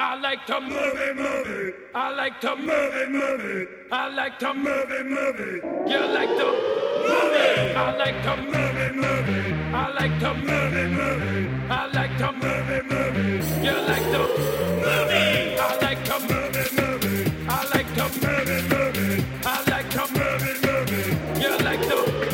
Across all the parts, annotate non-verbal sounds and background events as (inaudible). I like to move it, move it. I like to move it, move it. I like to move it, move it. You like to move it. I like to move it, move it. I like to move it, move it. I like to move it, move it. You like to move it. I like to move it, move it. I like to move it, move it. I like to move it, move it. You like to move it.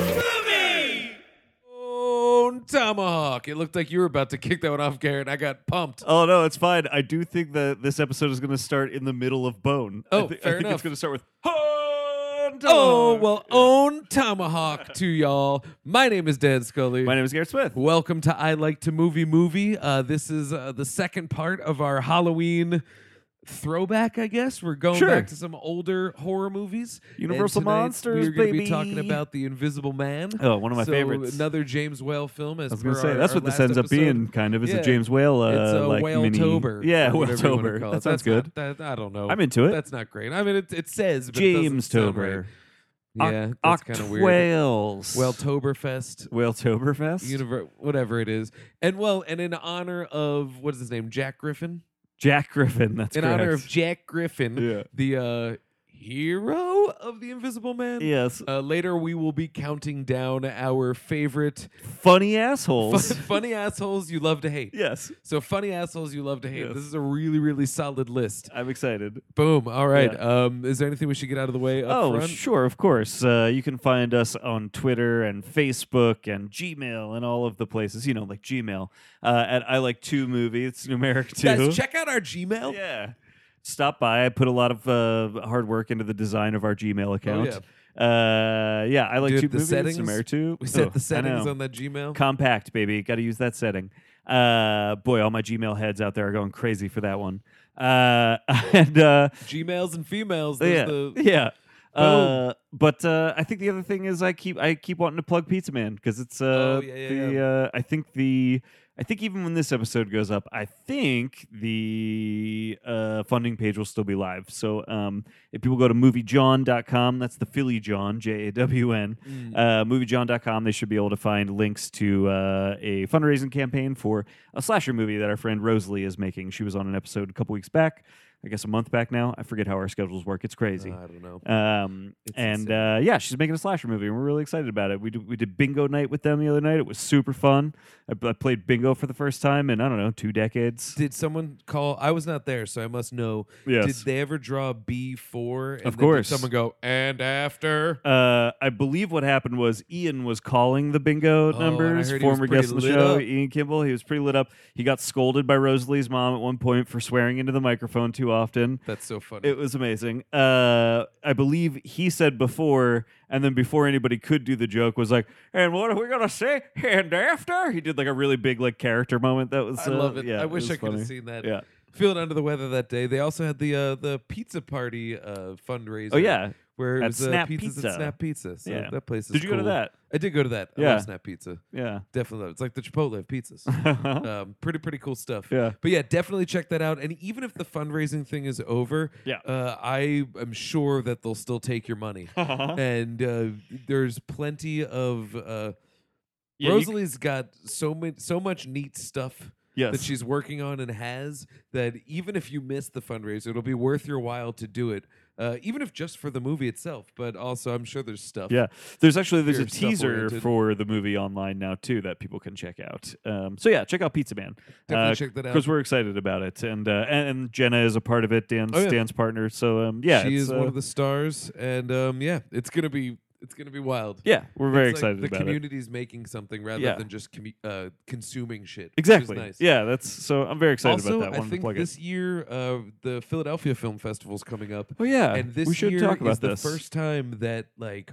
Own tomahawk. It looked like you were about to kick that one off, Garrett. I got pumped. Oh no, it's fine. I do think that this episode is going to start in the middle of Bone. I Oh, thi- I fair think enough. it's going to start with. "Hon Oh, Tomahawk." well, own tomahawk to y'all. My name is Dan Scully. My name is Garrett Smith. Welcome to I Like to Movie Movie. Uh, this is uh, the second part of our Halloween throwback, I guess. We're going Sure. back to some older horror movies. Universal And tonight Monsters, We're gonna baby. be talking about The Invisible Man. Oh, one of my So favorites. Another James Whale film. As I was going per to say our- that's our what this last ends up episode. being. Kind of, it's Yeah. a James Whale. Uh, it's a like whale mini- tober. Yeah, whale whale tober. That sounds good. that, I don't know. I'm into it. That's not great. I mean, it, it says but it doesn't James sound Tober. Right. Yeah, that's kind of weird. Whales. Well, Toberfest. Whale Toberfest. universe, whatever it is. And well, and in honor of what is his name, Jack Griffin. Jack Griffin. That's in correct. honor of Jack Griffin, Yeah. the uh, hero of the Invisible Man. yes, Uh, later, we will be counting down our favorite funny fun, assholes. funny assholes you love to hate. (laughs) yes, So funny assholes you love to hate. Yes. This is a really, really solid list. I'm excited. Boom. All right. Yeah. Um, is there anything we should get out of the way up Oh, front? sure, of course. Uh, you can find us on Twitter and Facebook and Gmail and all of the places, you know, like Gmail uh, at I Like Two Movie. (laughs) It's numeric two. Guys, check out our Gmail. Yeah. Stop by. I put a lot of uh, hard work into the design of our Gmail account. Oh, yeah. Uh, yeah, I like Dude, two the movies. settings- numeric two. We set Oh, I the settings know. on that Gmail. compact baby got to use that setting uh boy all my gmail heads out there are going crazy for that one uh (laughs) and uh Gmails and females. There's yeah the (laughs) yeah uh, but uh, I think the other thing is I keep I keep wanting to plug Pizza Man because it's uh, Oh, yeah, yeah, the yeah. Uh, I think the I think even when this episode goes up I think the uh, funding page will still be live so um, if people go to moviejohn.com that's the Philly John J A W N Mm. uh, moviejohn.com they should be able to find links to uh, a fundraising campaign for a slasher movie that our friend Rosalie is making she was on an episode a couple weeks back I guess a month back now I forget how our schedules work it's crazy. I don't know. Um, It's and insane. uh, yeah, she's making a slasher movie, and we're really excited about it. We did, we did bingo night with them the other night. It was super fun. I, I played bingo for the first time in I don't know two decades. Did someone call? I was not there, so I must know. Did Yes. they ever draw B four? Of course. someone go and (laughs) after. Uh, I believe what happened was Ian was calling the bingo Oh, and I numbers. heard he was Former pretty guest of the lit show, up. Ian Kimball. He was pretty lit up. He got scolded by Rosalie's mom at one point for swearing into the microphone too often. That's so funny. It was amazing. Uh, I believe he said before, and then before anybody could do the joke, was like, "And what are we gonna say?" And after he did like a really big like character moment. That was I uh, love it. Yeah, I wish was I could funny. have seen that. Yeah. Feeling under the weather that day. They also had the uh, the pizza party uh, fundraiser. Oh yeah. where it At was Snap uh, pizzas Pizza. at Snap Pizza. So Yeah. that place. Is Did you go to cool. that? I did go to that. I Yeah. love Snap Pizza. Yeah. Definitely, love it. it's like the Chipotle of pizzas. (laughs) um, pretty pretty cool stuff. Yeah. but yeah, definitely check that out. And even if the fundraising thing is over, Yeah. uh, I am sure that they'll still take your (laughs) money. Uh-huh. and uh, there's plenty of uh, Yeah, you- Rosalie's got so many so much neat stuff. That Yes. she's working on and has that even if you miss the fundraiser, it'll be worth your while to do it, uh, even if just for the movie itself. But also, I'm sure there's stuff. Yeah, there's actually there's a You're teaser stuff-oriented. for the movie online now too that people can check out. Um, so yeah, check out Pizza Man. Definitely check that out. because we're excited about it, and uh, and, and Jenna is a part of it. Dan's Oh, yeah. Dan's partner. So um, yeah, she it's, is uh, one of the stars, and um, yeah, it's gonna be it's gonna be wild. yeah. We're very It's like excited the about it. community's making something rather Yeah. than just commu- uh, consuming shit. which is Exactly. nice. Yeah, that's so. I'm very excited also, about that I one. think Plug it. this year uh, the Philadelphia Film Festival's coming up, oh yeah, and this we should year talk about is this. the first time that like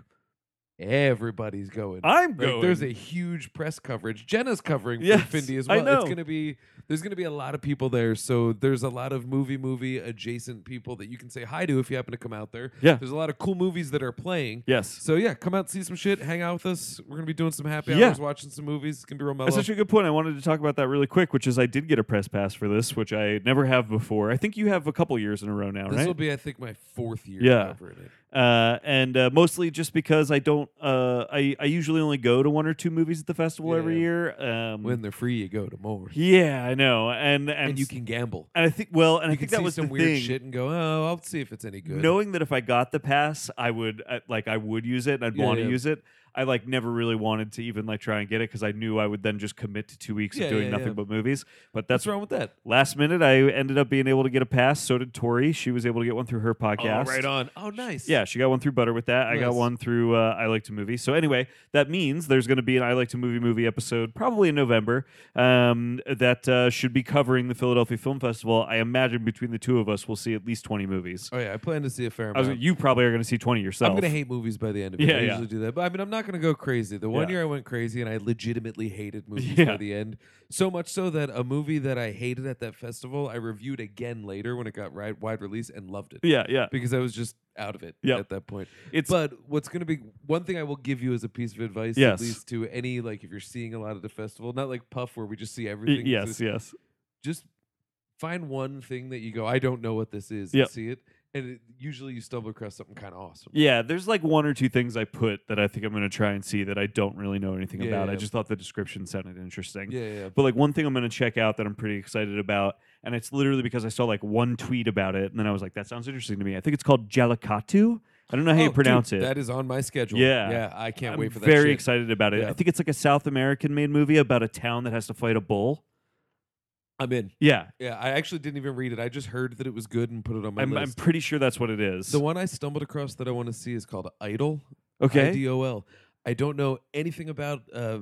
everybody's going. I'm Like, going. there's a huge press coverage. Jenna's covering Yes, for Findy as I well. It's know. gonna be there's gonna be a lot of people there. So there's a lot of movie movie adjacent people that you can say hi to if you happen to come out there. Yeah. There's a lot of cool movies that are playing. yes. So yeah, come out, see some shit, hang out with us. We're gonna be doing some happy Yeah. hours, watching some movies. It's gonna be real mellow. That's such a good point. I wanted to talk about that really quick, which is I did get a press pass for this, which I never have before. I think you have a couple years in a row now, this right? will be, I think, my fourth year Yeah. covering it. Uh, and uh, mostly just because I don't, uh, I I usually only go to one or two movies at the festival every Yeah. year. Um, When they're free, you go to more, yeah, I know, and and, and, you s- can gamble. and I think well, and I you can think that see was some the weird thing. shit and go, oh, I'll see if it's any good. Knowing that if I got the pass, I would uh, like I would use it and I'd Yeah, want to yeah. use it. I like never really wanted to even like try and get it because I knew I would then just commit to two weeks Yeah, of doing yeah, nothing yeah. but movies. But what's that's wrong with that? last minute. I ended up being able to get a pass. So did Tori. She was able to get one through her podcast. Oh, right on. Oh, nice. Yeah, she got one through Butter with that. I got Nice. one through uh, I Like to Movie. So anyway, that means there's going to be an I Like to Movie movie episode probably in November um, that uh, should be covering the Philadelphia Film Festival. I imagine between the two of us, we'll see at least 20 movies. Oh yeah, I plan to see a fair I was, amount. you probably are going to see 20 yourself. I'm gonna hate movies by the end of it. Yeah, I yeah. usually do that, but I mean, I'm not gonna go crazy. The one Yeah. year I went crazy and I legitimately hated movies Yeah. by the end, so much so that a movie that I hated at that festival, I reviewed again later when it got right, wide release and loved it (laughs) Yeah, yeah. because I was just out of it Yep. at that point. It's but what's going to be one thing I will give you as a piece of advice, Yes. at least to any like if you're seeing a lot at the festival, not like Puff where we just see y- everything. yes, Just- yes. just find one thing that you go, I don't know what this is, Yep. and see it, and it, usually you stumble across something kind of awesome. Yeah, there's like one or two things I put that I think I'm going to try and see that I don't really know anything Yeah, about. I yeah. just thought the description sounded interesting. Yeah, yeah, But like one thing I'm going to check out that I'm pretty excited about, and it's literally because I saw like one tweet about it, and then I was like, that sounds interesting to me. I think it's called Jalakatu. I don't know how Oh, you dude, pronounce it. That is on my schedule. Yeah. yeah, I can't I'm wait for that. Very shit. excited about it. I Yeah. think it's like a South American made movie about a town that has to fight a bull. I'm in. Yeah, Yeah, I actually didn't even read it. I just heard that it was good and put it on my I'm, I'm list. pretty sure that's what it is. the one I stumbled across that I want to see is called Idol. okay. I-D-O-L. I don't know anything about uh,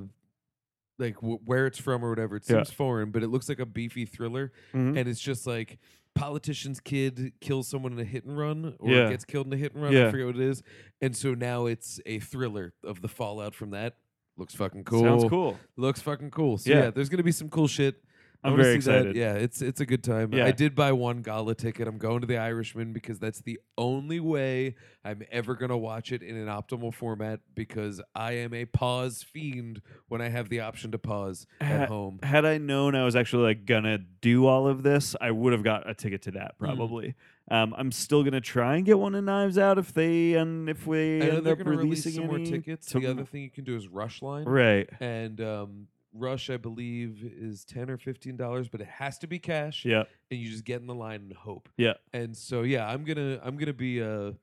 like w- where it's from or whatever. It Yeah. seems foreign, but it looks like a beefy thriller, Mhm. and it's just like politician's kid kills someone in a hit and run or Yeah. gets killed in a hit and run. Yeah. I forget what it is, and so now it's a thriller of the fallout from that. Looks fucking cool. Sounds cool. Looks fucking cool. So Yeah. yeah, there's gonna be some cool shit. I I'm wanna very see that. excited. Yeah, it's it's a good time. Yeah. I did buy one gala ticket. I'm going to the Irishman because that's the only way I'm ever gonna watch it in an optimal format because I am a pause fiend when I have the option to pause Ha- at home. Had I known I was actually like gonna do all of this, I would have got a ticket to that Hmm. probably. Um, I'm still gonna try and get one of Knives Out if they and if we I know end they're up gonna release releasing some more any tickets. tom- The other thing you can do is Rush Line. right? And um Rush, I believe, is ten or fifteen dollars, but it has to be cash. Yeah, and you just get in the line and hope. Yeah. And so yeah, I'm gonna I'm gonna be uh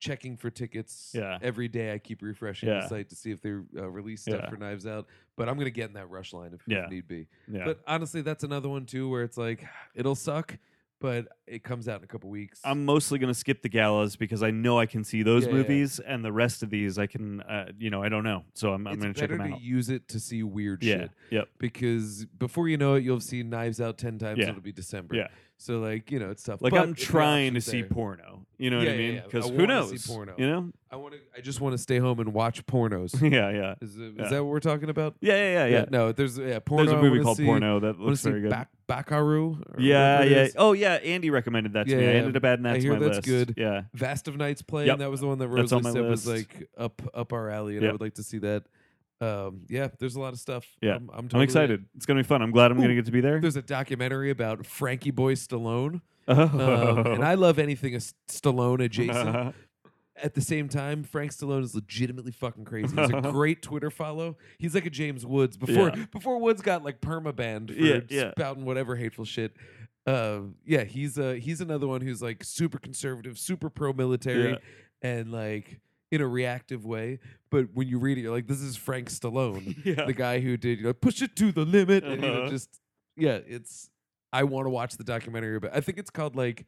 checking for tickets Yeah. every day. I keep refreshing Yeah. the site to see if they uh, release stuff Yeah. for Knives Out. But I'm gonna get in that rush line if, if Yeah. need be. yeah. But honestly, that's another one too where it's like (sighs) it'll suck, but it comes out in a couple weeks. I'm mostly gonna skip the galas because I know I can see those Yeah, yeah. movies, and the rest of these I can, uh, you know, I don't know. So I'm, I'm it's gonna check better them to out. use it to see weird Yeah, shit yep. because before you know it, you'll have seen Knives Out ten times. Yeah. It'll be December. Yeah. So like you know it's tough. Like but I'm if the trying to option's see there- porno. You know Yeah, what I yeah, mean? yeah. Because I who wanna see knows? porno. You know? (laughs) I want to. I just want to stay home and watch pornos. yeah, yeah, Is, it- is Yeah. that what we're talking about? yeah, yeah, yeah. yeah. No, there's yeah, porno. There's a I movie wanna called see, Porno that I want looks to see very good. Bak- Bakaru. or Yeah, whatever it yeah. is. Oh, yeah. Andy recommended that to Yeah, me. I yeah. ended up adding that I to hear my that's list. good. Yeah, Vast of Night's Play. Yep. And that was the one that That's Rosalie on my said was list. like up up our alley, and Yep. I would like to see that. Um, yeah, there's a lot of stuff. Yeah. I'm, I'm, I'm totally in. excited. It's gonna be fun. I'm glad I'm gonna Ooh, get to be there. There's a documentary about Frankie Boy Stallone, (laughs) Oh. um, (laughs) and I love anything a S- Stallone adjacent. at the same time, Frank Stallone is legitimately fucking crazy. (laughs) He's a great Twitter follow. He's like a James Woods before Yeah. before Woods got like permabanned for Yeah, yeah. spouting whatever hateful shit. Uh, yeah, he's uh, he's another one who's like super conservative, super pro military, Yeah. and like in a reactive way. But when you read it, you're like, this is Frank Stallone, yeah. (laughs) the guy who did you know push it to the limit, and you know, Uh-huh. just yeah, it's. I want to watch the documentary, but I think it's called like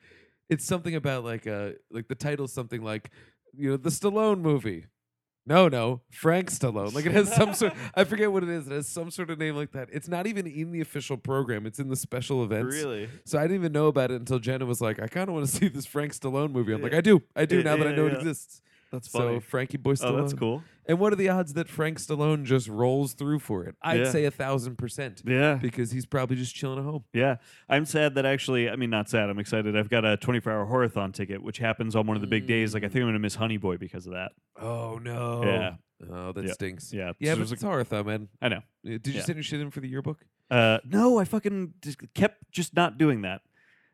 it's something about like uh like the title's something like you know the Stallone movie. No, no, Frank Stallone. Like it has some sort. (laughs) I forget what it is. It has some sort of name like that. It's not even in the official program. It's in the special events. Really? So I didn't even know about it until Jenna was like, "I kind of want to (laughs) see this Frank Stallone movie." I'm like, "I do, I do." Yeah, now that yeah, I know yeah. it exists. That's So Frankie Boy Stallone. Oh, that's cool. And what are the odds that Frank Stallone just rolls through for it? I'd Yeah. say a thousand percent Yeah. because he's probably just chilling at home. Yeah, I'm sad that actually. I mean, not sad. I'm excited. I've got a 24 hour horathon ticket, which happens on one of the big days. Like, I think I'm going to miss Honey Boy because of that. Oh no! Yeah. Oh, that Yeah. stinks. Yeah, Yeah, but so there's it's horrorthon, man. a- I know. Uh, Did you Yeah. send your shit in for the yearbook? Uh, no, I fucking just kept just not doing that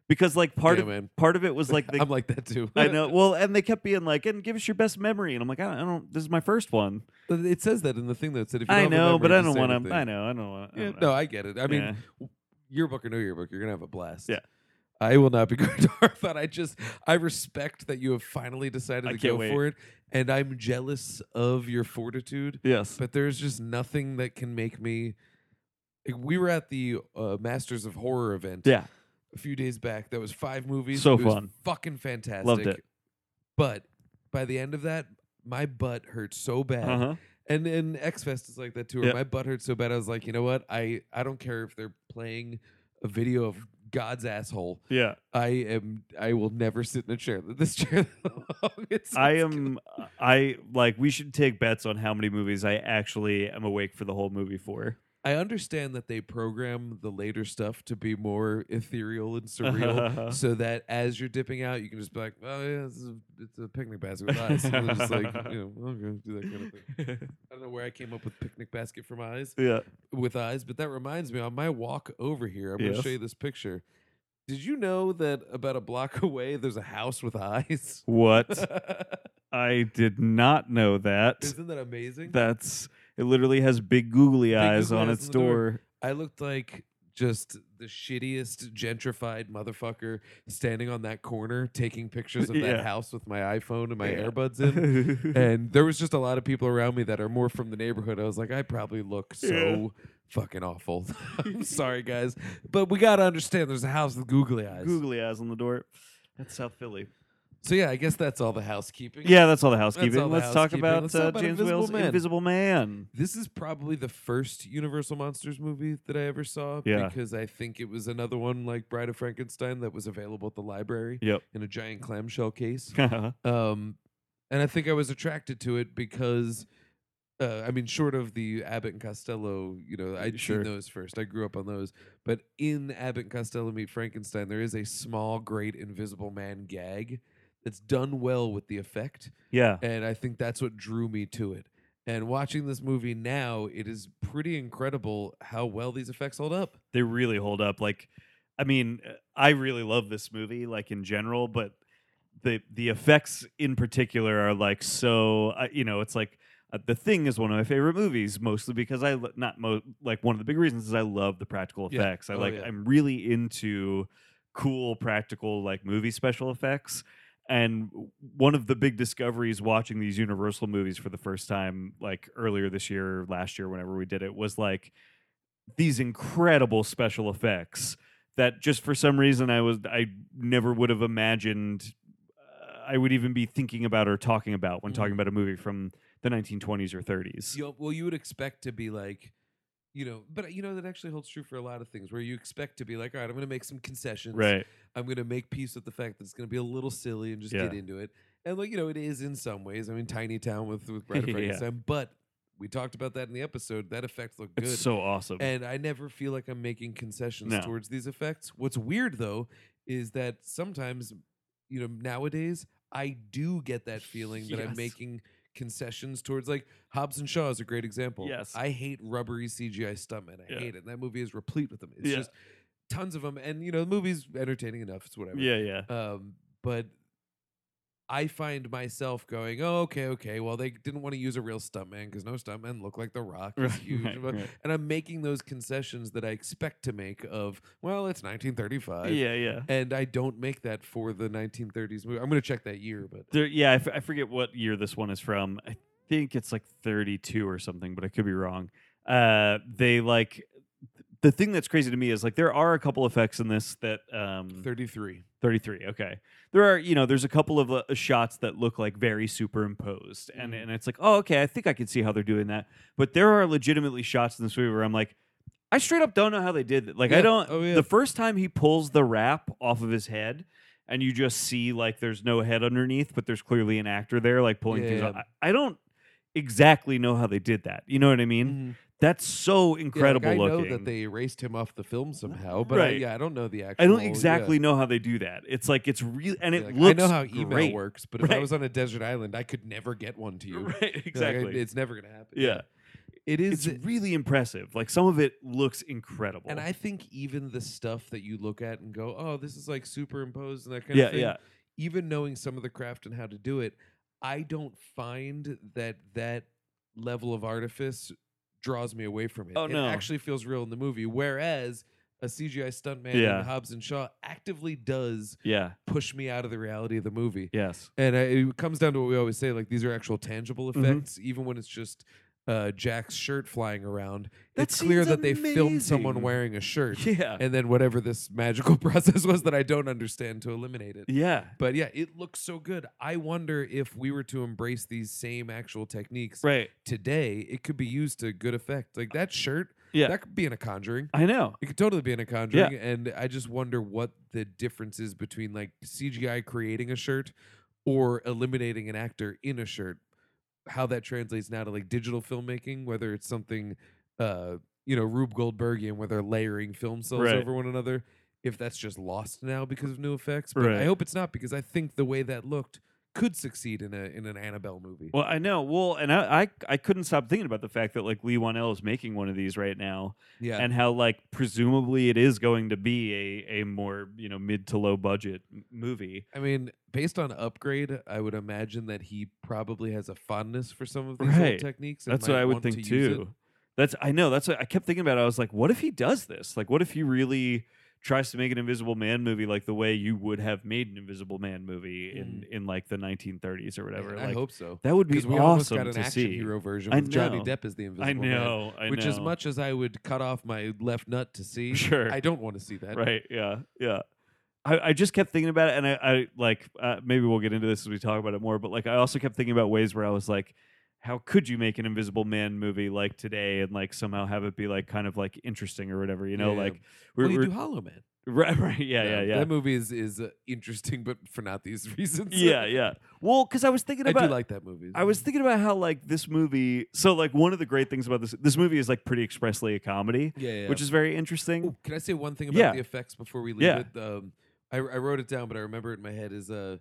because like part Yeah, of man. part of it was (laughs) like they, I'm like that too. I know. Well, and they kept being like, "And give us your best memory." And I'm like, "I don't. I don't this is my first one. But (laughs) it says that in the thing that said if you I don't have a know, memory, but I just don't say want anything. to. I know. I don't want. Yeah, no, I get it. I mean, yearbook or no yearbook, you're gonna have a blast. Yeah. I will not be (laughs) going to Harvard. I just I respect that you have finally decided I to can't go wait. for it, and I'm jealous of your fortitude. yes. But there's just nothing that can make me. like, we were at the uh, Masters of Horror event Yeah. a few days back. That was five movies. So It was fun. fucking fantastic. Loved it. But by the end of that, my butt hurt so bad. Uh huh. And and X Fest is like that too. where Yeah. My butt hurt so bad. I was like, you know what? I I don't care if they're playing a video of God's asshole. Yeah. I am. I will never sit in a chair. This chair. (laughs) that long. It's- I it's am. I like. We should take bets on how many movies I actually am awake for the whole (laughs) movie for. I understand that they program the later stuff to be more ethereal and (laughs) Uh-huh. surreal, so that as you're dipping out, you can just be like, "Oh yeah, it's a, it's a picnic basket with eyes." And they're just like, you know, okay, do that kind of thing. I don't know where I came up with picnic basket from eyes yeah. with eyes, but that reminds me. On my walk over here, I'm going Yes. to show you this picture. Did you know that about a block (laughs) away, there's a house with eyes? What? Isn't I did not know that. that amazing? That's. It literally has big googly eyes googly on eyes on its the door. door. I looked like just the shittiest gentrified motherfucker standing on that corner taking pictures of Yeah. that house with my iPhone and my Yeah. earbuds (laughs) in. (laughs) and there was just a lot of people around me that are more from the neighborhood. I was like, I probably look so fucking awful. (laughs) I'm sorry, guys. But we got to understand there's a house with googly eyes. googly eyes on the door. That's South Philly. So, yeah, I guess that's all the housekeeping. Yeah, that's all the housekeeping. housekeeping. all the Let's, Let's talk housekeeping. Talk about, Let's talk uh, about, about James James Invisible Whale's Whale's Man. Invisible Man. This is probably the first Universal Monsters movie that I ever saw Yeah. because I think it was another one like Bride of Frankenstein that was available at the library Yep. in a giant clamshell case. (laughs) yeah. Um, and I think I was attracted to it because, uh, I mean, short of the Abbott and Costello, you know, I'd Sure. seen those first. I grew up on those. But in Abbott and Costello Meet Frankenstein, there is a small, great Invisible Man gag that's done well with the effect. And I think that's what drew me to it. And watching this movie now, it is pretty incredible how well these effects hold up. They really hold up. Like, I mean, uh, I really love this movie, like in general, but the the effects in particular are like so. Uh, you know, it's like uh, the thing is one of my favorite movies, mostly because I lo- not mo- like one of the big reasons is I love the practical Yeah. effects. I Oh, like. yeah. I'm really into cool practical like movie special effects. And w- one of the big discoveries watching these Universal movies for the first time, like earlier this year, last year, whenever we did it, was like these incredible special effects that just for some reason I was I never would have imagined uh, I would even be thinking about or talking about when talking Mhm. about a movie from the 1920s or 30s. you know, well you would expect to be like you know but you know that actually holds true for a lot of things where you expect to be like all right i'm going to make some concessions Right. i'm going to make peace with the fact that it's going to be a little silly and just get Yeah. into it and like you know it is in some ways i mean tiny town with (laughs) with Bride of Yeah. Frankenstein, but we talked about that in the episode that effect looked good It's so awesome. and I never feel like I'm making concessions No. towards these effects. What's weird though is that sometimes, you know, nowadays I do get that feeling that I'm Yes. making concessions towards like Hobbs and Shaw is a great example. Yes. I hate rubbery CGI stuntmen. I Yeah. hate it. And that movie is replete with them. It's Yeah. just tons of them. And you know, the movie's entertaining enough. It's whatever. yeah, yeah. Um, but I find myself going, oh, okay, okay. Well, they didn't want to use a real stuntman because no stuntman look like The Rock. He's huge. (laughs) right, but- right. and I'm making those concessions that I expect to make of well, it's 1935, Yeah, yeah. and I don't make that for the 1930s movie. I'm going to check that year, but There, yeah, I, f- I forget what year this one is from. I think it's like 32 or something, but I could be wrong. Uh, they like th- the thing that's crazy to me is like there are a couple effects in this that um 33. 33 okay there are you know there's a couple of uh, shots that look like very superimposed and Mhm. and it's like oh okay i think i can see how they're doing that but there are legitimately shots in this movie where i'm like i straight up don't know how they did that like i Yeah. don't Oh, yeah. the first time he pulls the wrap off of his head and you just see like there's no head underneath but there's clearly an actor there like pulling Yeah, things yeah. off. I, I don't exactly know how they did that you know what i mean that's so Mm-hmm. incredible Mm-hmm. yeah, like, I looking know that they erased him off the film somehow, but I, Right. yeah, I don't know the actual. I don't Oh, yeah. exactly know how they do that. It's like it's real, and Yeah, it like, looks. I know how email great. works, but if I Right. was on a desert island, I could never get one to you. (laughs) Right, Like, I- exactly. it's never going to happen. yeah. It It's is really impressive. Like some of it looks incredible. and I think even the stuff that you look at and go, "Oh, this is like superimposed and that kind yeah, of thing." yeah. Even knowing some of the craft and how to do it, I don't find that that level of artifice draws me away from it. Oh, it no. actually feels real in the movie, whereas a CGI stuntman Yeah. in Hobbs and Shaw actively does Yeah. push me out of the reality of the movie. (laughs) Yes. And I, it comes down to what we always say: like these are actual tangible Mhm. effects, even when it's just uh, Jack's shirt flying around. That it's clear scene's that they filmed someone amazing. wearing a shirt, (laughs) Yeah. and then whatever this magical (laughs) process was that I don't understand to eliminate it. Yeah. But yeah, it looks so good. I wonder if we were to embrace these same actual techniques Right. today, it could be used to good effect. Like that shirt, Yeah. that could be in a Conjuring. I know. It could totally be in a conjuring, and I just wonder what the difference is between like CGI creating a shirt or eliminating an actor in a shirt. How that translates now to like digital filmmaking, whether it's something, uh, you know, Rube Goldbergian, where they're layering film cells Right. over one another. If that's just lost now because of new effects, but I Right. hope it's not because I think the way that looked could succeed in a in an Annabelle movie. Well, I know. Well, and I, I I couldn't stop thinking about the fact that like Lee Wanell is making one of these right now, yeah, and how like presumably it is going to be a a more you know mid to low budget m- movie. I mean, based on upgrade, I would imagine that he probably has a fondness for some of these Right. old techniques. and That's what might I would want to think use it. too. That's I know. That's what I kept thinking about. it. I was like, what if he does this? Like, what if he really tries to make an Invisible Man movie like the way you would have made an Invisible Man movie in in like the 1930s or whatever? Mm. Man, like, I hope so. that would be Because we almost awesome got an to action see. hero version I with Johnny know. Depp as the Invisible I Man, know. I which, know. as much as I would cut off my left nut to see, (laughs) Sure. I don't want to see that. right yeah yeah I, I just kept thinking about it and i, I like uh, maybe we'll get into this as we talk about it more but like i also kept thinking about ways where i was like how could you make an invisible man movie like today and like somehow have it be like kind of like interesting or whatever you know Yeah. like Well, you we're, do Hollow Man. we're (laughs) right right yeah yeah yeah That movie is is uh, interesting, but for not these (laughs) reasons. yeah yeah well because i was thinking I about do like that movie. I was thinking about how like this movie. So like one of the great things about this this movie is like pretty expressly a comedy, yeah, yeah. which is very interesting. Ooh, can I say one thing about Yeah. the effects before we leave Yeah. it? Um, I, I wrote it down, but I remember it in my head. Is uh,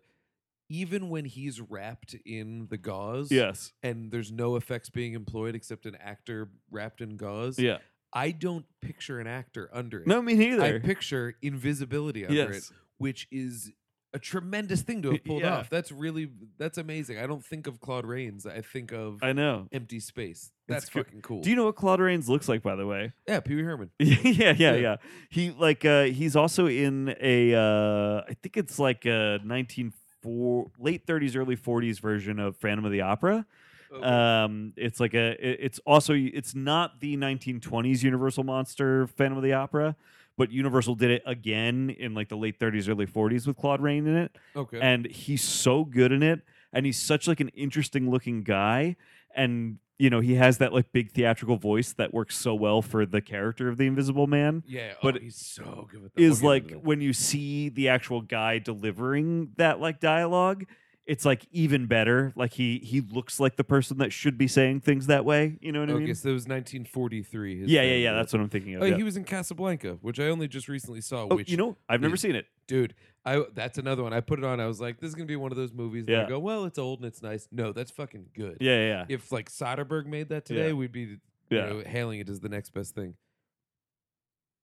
even when he's wrapped in the gauze, yes. and there's no effects being employed except an actor wrapped in gauze. Yeah. I don't picture an actor under it. No, me neither. I picture invisibility under yes. it, which is a tremendous thing to have pulled Yeah. off. That's really that's amazing. I don't think of Claude Rains. I think of I know. empty space. That's good. fucking cool. Do you know what Claude Rains looks like, by the way? yeah, Pee Wee Herman. yeah, yeah, Yeah. yeah. He like uh he's also in a uh I think it's like a nineteen four late thirties, early forties version of Phantom of the Opera. Okay. Um it's like a it- it's also it's not the nineteen twenties Universal Monster Phantom of the Opera, but Universal did it again in like the late thirties, early forties with Claude Rains in it okay. and he's so good in it and he's such like an interesting looking guy and you know he has that like big theatrical voice that works so well for the character of the invisible man Yeah, but oh, he's so good with that. is We'll get like into when you see the actual guy delivering that like dialogue it's like even better like he he looks like the person that should be saying things that way you know that. what i okay, mean so it was 1943. his yeah yeah thing, yeah but- that's what i'm thinking of Oh, yeah. he was in Casablanca, which I only just recently saw. oh which you know i've never is- seen it dude, I that's another one. I put it on. I was like, this is gonna be one of those movies. that I Yeah. go, well, it's old and it's nice. No, that's fucking good. yeah yeah yeah, If like Soderbergh made that today, Yeah. we'd be you yeah. know, hailing it as the next best thing.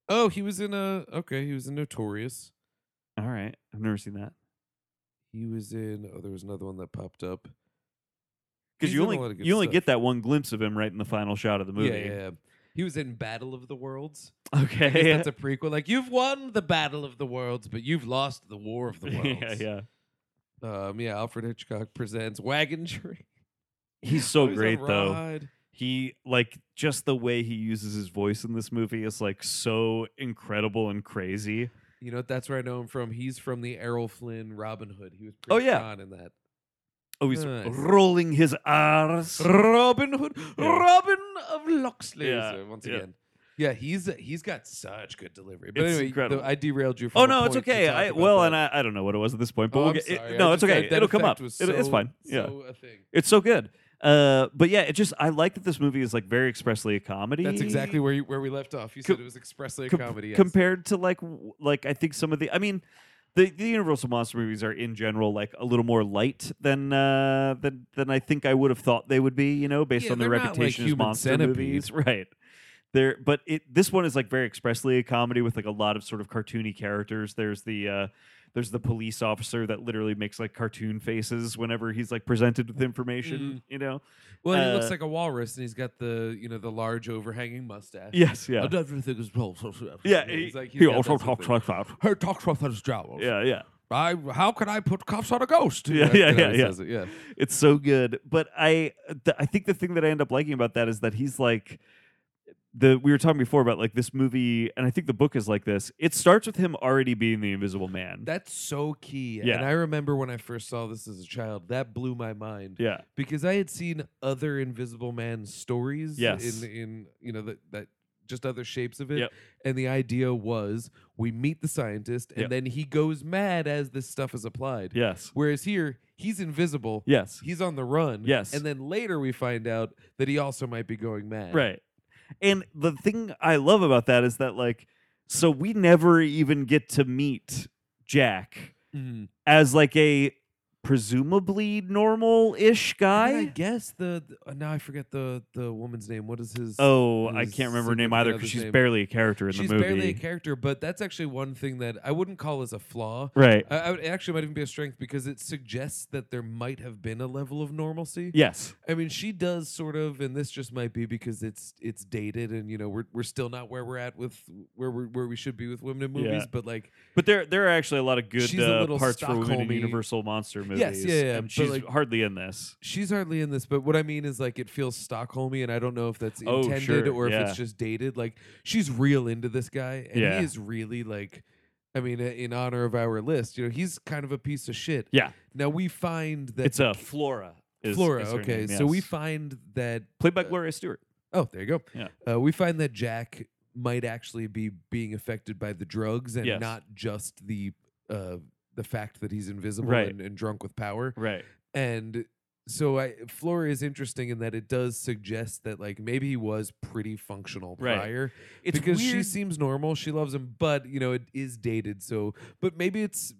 Oh, he was in a okay. He was in Notorious. all right i've never seen that He was in. Oh, there was another one that popped up. because He's you in a only lot of good you only stuff. get that one glimpse of him right in the final shot of the movie. Yeah, yeah, yeah. He was in Battle of the Worlds. guess Okay. (laughs) that's a prequel. Like you've won the battle of the worlds, but you've lost the war of the (laughs) yeah, worlds. yeah. yeah. Um, yeah. Alfred Hitchcock presents Wagon Train. He's so Oh, He's on great though. Ride. He like just the way he uses his voice in this movie is like so incredible and crazy. You know that's where I know him from. He's from the Errol Flynn Robin Hood. He was Oh, Prince yeah. John in (laughs) that. Oh, he's Nice. rolling his R's. Robin Hood, Yeah. Robin of Locksley. Yeah, so Once yeah. again, yeah, he's he's got such good delivery. But It's anyway, incredible. though, I derailed you. From Oh a no, it's point to okay. talk I about well, that. and I, I don't know what it was at this point, but Oh, we'll I'm get it- sorry. I no, it's just- okay. that It'll come effect up. was It- it's so- fine. Yeah, so a thing. it's so good. Uh, but yeah, it just I like that this movie is like very expressly a comedy. That's exactly where you, where we left off. You Com- said it was expressly a com- comedy. yes. compared to like w- like I think some of the I mean the, the Universal monster movies are in general like a little more light than uh, than than I think I would have thought they would be. You know, based Yeah, on their they're not like reputation as Human monster Centipede. movies, (laughs) right? There, but it this one is like very expressly a comedy with like a lot of sort of cartoony characters. There's the uh, there's the police officer that literally makes like cartoon faces whenever he's like presented with Mm. information. You know, Well, he Uh, looks like a walrus, and he's got the you know the large overhanging mustache. yes, yeah, everything is well. yeah. he's like he he's got also that sort of talks thing. like that. Her talks about his jowls. Yeah, yeah. I, how can I put cuffs on a ghost? Yeah, That's yeah, kinda yeah, how he yeah. says it, yeah. it's so good. But I, th- I think the thing that I end up liking about that is that he's like the we were talking before about like this movie, and I think the book is like this. It starts with him already being the Invisible Man. That's so key. Yeah. And I remember when I first saw this as a child, that blew my mind yeah, because I had seen other Invisible Man stories. Yes. In in you know that that just other shapes of it. Yep. And the idea was we meet the scientist and Yep. then he goes mad as this stuff is applied. yes, Whereas here he's invisible. yes, He's on the run. Yes. And then later we find out that he also might be going mad. right. And the thing I love about that is that like, so we never even get to meet Jack Mhm. as like a presumably normal-ish I, I guy. guess the, the- uh, now I forget the the woman's name. What is his? Oh, I His can't remember her name significant either other's because she's name. barely a character in She's the movie. barely a character, but that's actually one thing that I wouldn't call as a flaw. right. I, I would, it actually might even be a strength because it suggests that there might have been a level of normalcy. Yes. I mean, she does sort of, and this just might be because it's it's dated, and you know we're we're still not where we're at with where we are where we should be with women in movies. Yeah. But like, But there, there are actually a lot of good She's a uh, little parts for women in Stockholm-y- Universal monster movies. Yes, yeah, yeah, and but, she's like- hardly in this. she's hardly in this. But what I mean is like it feels Stockholmy, and I don't know if that's Oh, intended sure, or if yeah. it's just dated. Like she's real into this guy, and Yeah. he is really like, I mean, uh, in honor of our list, you know, he's kind of a piece of shit. Yeah, Now we find that it's a Flora. Is, Flora. is her okay, name, so we yes. find that. played by uh, Gloria Stewart. Oh, there you go. Yeah. Uh, we find that Jack might actually be being affected by the drugs and Yes. not just the uh, the fact that he's invisible Right. and, and drunk with power. Right. And so I, Flora is interesting in that it does suggest that like maybe he was pretty functional Right. prior It's because she weird- seems normal. She loves him, but you know it is dated. So, but maybe it's.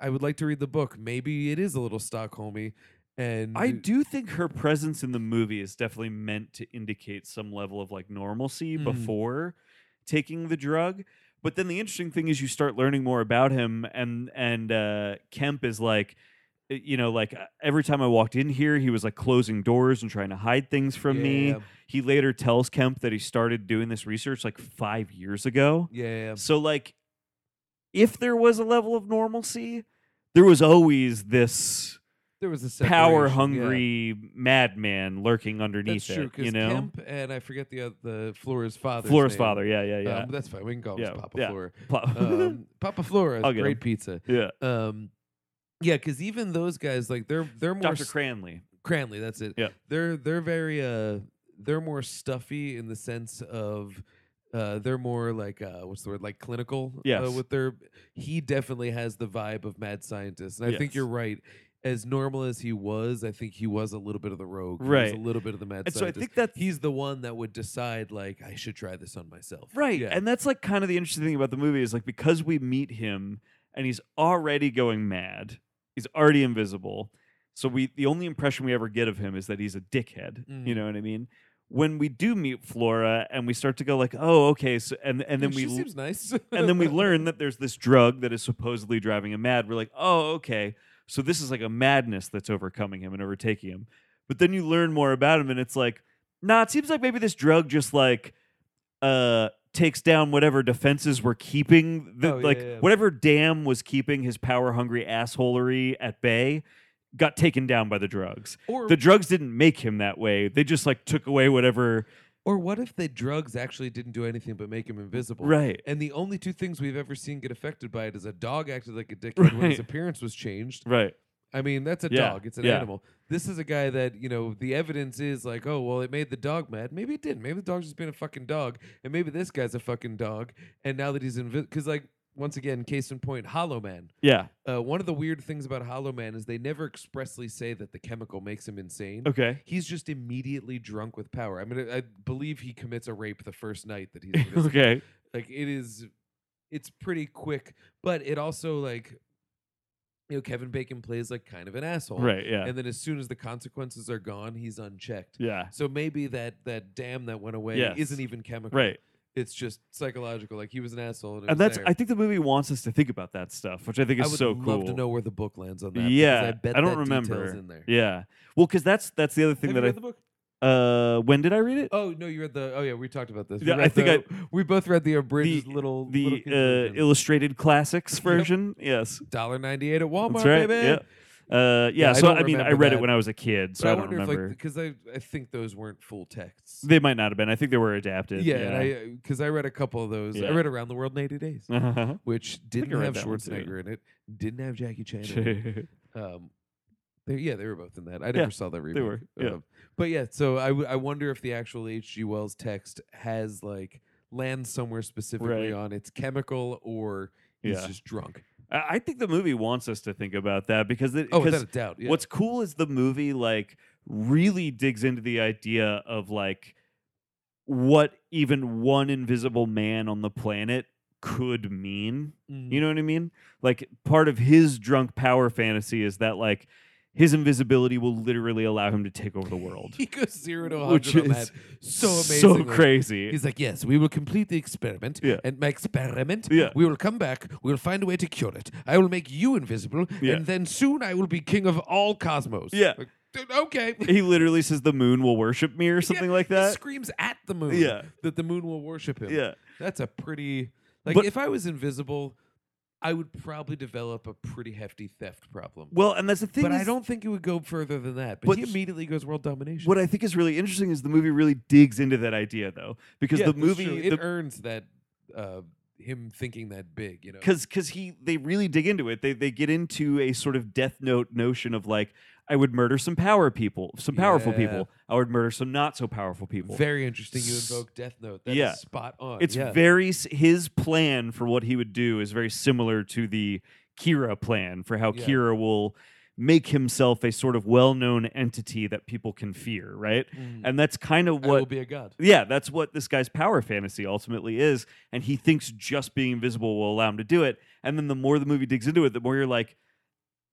I I would like to read the book. Maybe it is a little Stockholmy, and I do think her presence in the movie is definitely meant to indicate some level of like normalcy Mhm. before taking the drug. But then the interesting thing is you start learning more about him, and and uh, Kemp is like, uh, you know, like uh, every time I walked in here, he was like closing doors and trying to hide things from me. Yeah, He later tells Kemp that he started doing this research like five years ago. Yeah, So like, if there was a level of normalcy, there was always this there was a power separation, hungry madman lurking yeah. underneath That's true. it. You 'cause know, Kemp and I forget the oth- the Flora's father. Flora's father. Yeah, yeah, yeah. (laughs) Um, that's fine. We can call Yeah, him Papa yeah. (laughs) Flora. Pop- Um, Papa Flora, I'll is get great him. pizza. yeah, Um, yeah, because even those guys, like they're they're more Doctor Cranley. Cranley, that's it. Yeah. They're they're very uh they're more stuffy in the sense of uh they're more like uh what's the word like clinical uh, Yes. with their he definitely has the vibe of mad scientist. And I think Yes. you're right. As normal as he was, I think he was a little bit of the rogue. He was Right. a little bit of the mad And so I scientist. think that's he's the one that would decide like I should try this on myself. Right. Yeah. And that's like kind of the interesting thing about the movie is like because we meet him and he's already going mad, he's already invisible. So we the only impression we ever get of him is that he's a dickhead. You Mhm. know what I mean? When we do meet Flora and we start to go like, "Oh, okay." So and and then Yeah, we she l- seems nice. and then we learn that there's this drug that is supposedly driving him mad. We're like, "Oh, okay." So this is like a madness that's overcoming him and overtaking him. But then you learn more about him and it's like, "Nah, it seems like maybe this drug just like uh takes down whatever defenses we're keeping the, Oh, yeah, like yeah. whatever dam was keeping his power hungry assholery at bay got taken down by the drugs (laughs) or the drugs didn't make him that way they just like took away whatever or what if the drugs actually didn't do anything but make him invisible? right And the only two things we've ever seen get affected by it is a dog acted like a dickhead when Right. his appearance was changed. right I mean, that's a Yeah, dog. It's an yeah. animal. This is a guy that, you know, the evidence is like, oh, well, it made the dog mad. Maybe it didn't. Maybe the dog's just been a fucking dog. And maybe this guy's a fucking dog. And now that he's invisible, because, like, once again, case in point, Hollow Man. yeah Uh, one of the weird things about Hollow Man is they never expressly say that the chemical makes him insane. okay He's just immediately drunk with power. I mean, I I believe he commits a rape the first night that he's (laughs) invisible okay like it is it's pretty quick but it also like you know, Kevin Bacon plays like kind of an asshole. Right. Yeah. And then as soon as the consequences are gone, he's unchecked. yeah. So maybe that that dam that went away Yes. isn't even chemical. Right. It's just psychological. Like he was an asshole. And, it was And that's there. I think the movie wants us to think about that stuff, which I think I is would so cool. love to know where the book lands on that. because yeah. I bet don't that detail's remember. in there. Yeah. Well, because that's that's the other thing Have you read that the book? I uh when did I read it? Oh no, you read the. Oh yeah, we talked about this. We Yeah, I read think the- we both read the abridged the- little the uh, illustrated classics version. Yes, dollar ninety eight at Walmart, that's right. Oh, baby. Yeah. Uh, yeah, Yeah, I so don't I, mean, I remember read that. it when I was a kid, so But I, I don't wonder if remember. like because I I think those weren't full texts. they might not have been. I think they were adapted. yeah, and I because I read a couple of those. Yeah. I read Around the World in eighty days, (laughs) Uh-huh. which I didn't read have that one too. Schwarzenegger in it, didn't have Jackie Chan. in (laughs) it. Um, they, yeah, they were both in that. I never Yeah, saw that remake. were, yeah. Um, but yeah, so I, w- I wonder if the actual H.G. Wells text has like lands somewhere specifically Right. on it's chemical or he's Yeah. just drunk. I I think the movie wants us to think about that because it, Oh, because without a doubt. Yeah. what's cool is the movie like really digs into the idea of like what even one invisible man on the planet could mean Mm. You know what I mean? Like part of his drunk power fantasy is that like his invisibility will literally allow him to take over the world. (laughs) he goes zero to Which hundred on that. is So amazing. So crazy. He's like, yes, we will complete the experiment. Yeah. And my experiment, Yeah. we will come back. We'll find a way to cure it. I will make you invisible, Yeah. and then soon I will be king of all cosmos. Yeah. Like, "Dude, okay. (laughs) he literally says the moon will worship me or (laughs) something like He that. screams at the moon. Yeah. That the moon will worship him. Yeah. That's a pretty like But- if I was invisible, I would probably develop a pretty hefty theft problem. Well, and that's the thing But I is- don't think it would go further than that. But, But he he- immediately goes world domination. what I think is really interesting is the movie really digs into that idea though because Yeah, the that's true. movie it the, earns that uh, him thinking that big, you know. because because he they really dig into it. They they get into a sort of death note notion of like I would murder some power people, some powerful Yeah. people. I would murder some not so powerful people. Very interesting. You S- invoke Death Note. That's Yeah. spot on. It's yeah. very s- his plan for what he would do is very similar to the Kira plan for how Yeah. Kira will make himself a sort of well-known entity that people can fear, right? Mm. And that's kind of I will what be a god. yeah, that's what this guy's power fantasy ultimately is. And he thinks just being invisible will allow him to do it. And then the more the movie digs into it, the more you're like,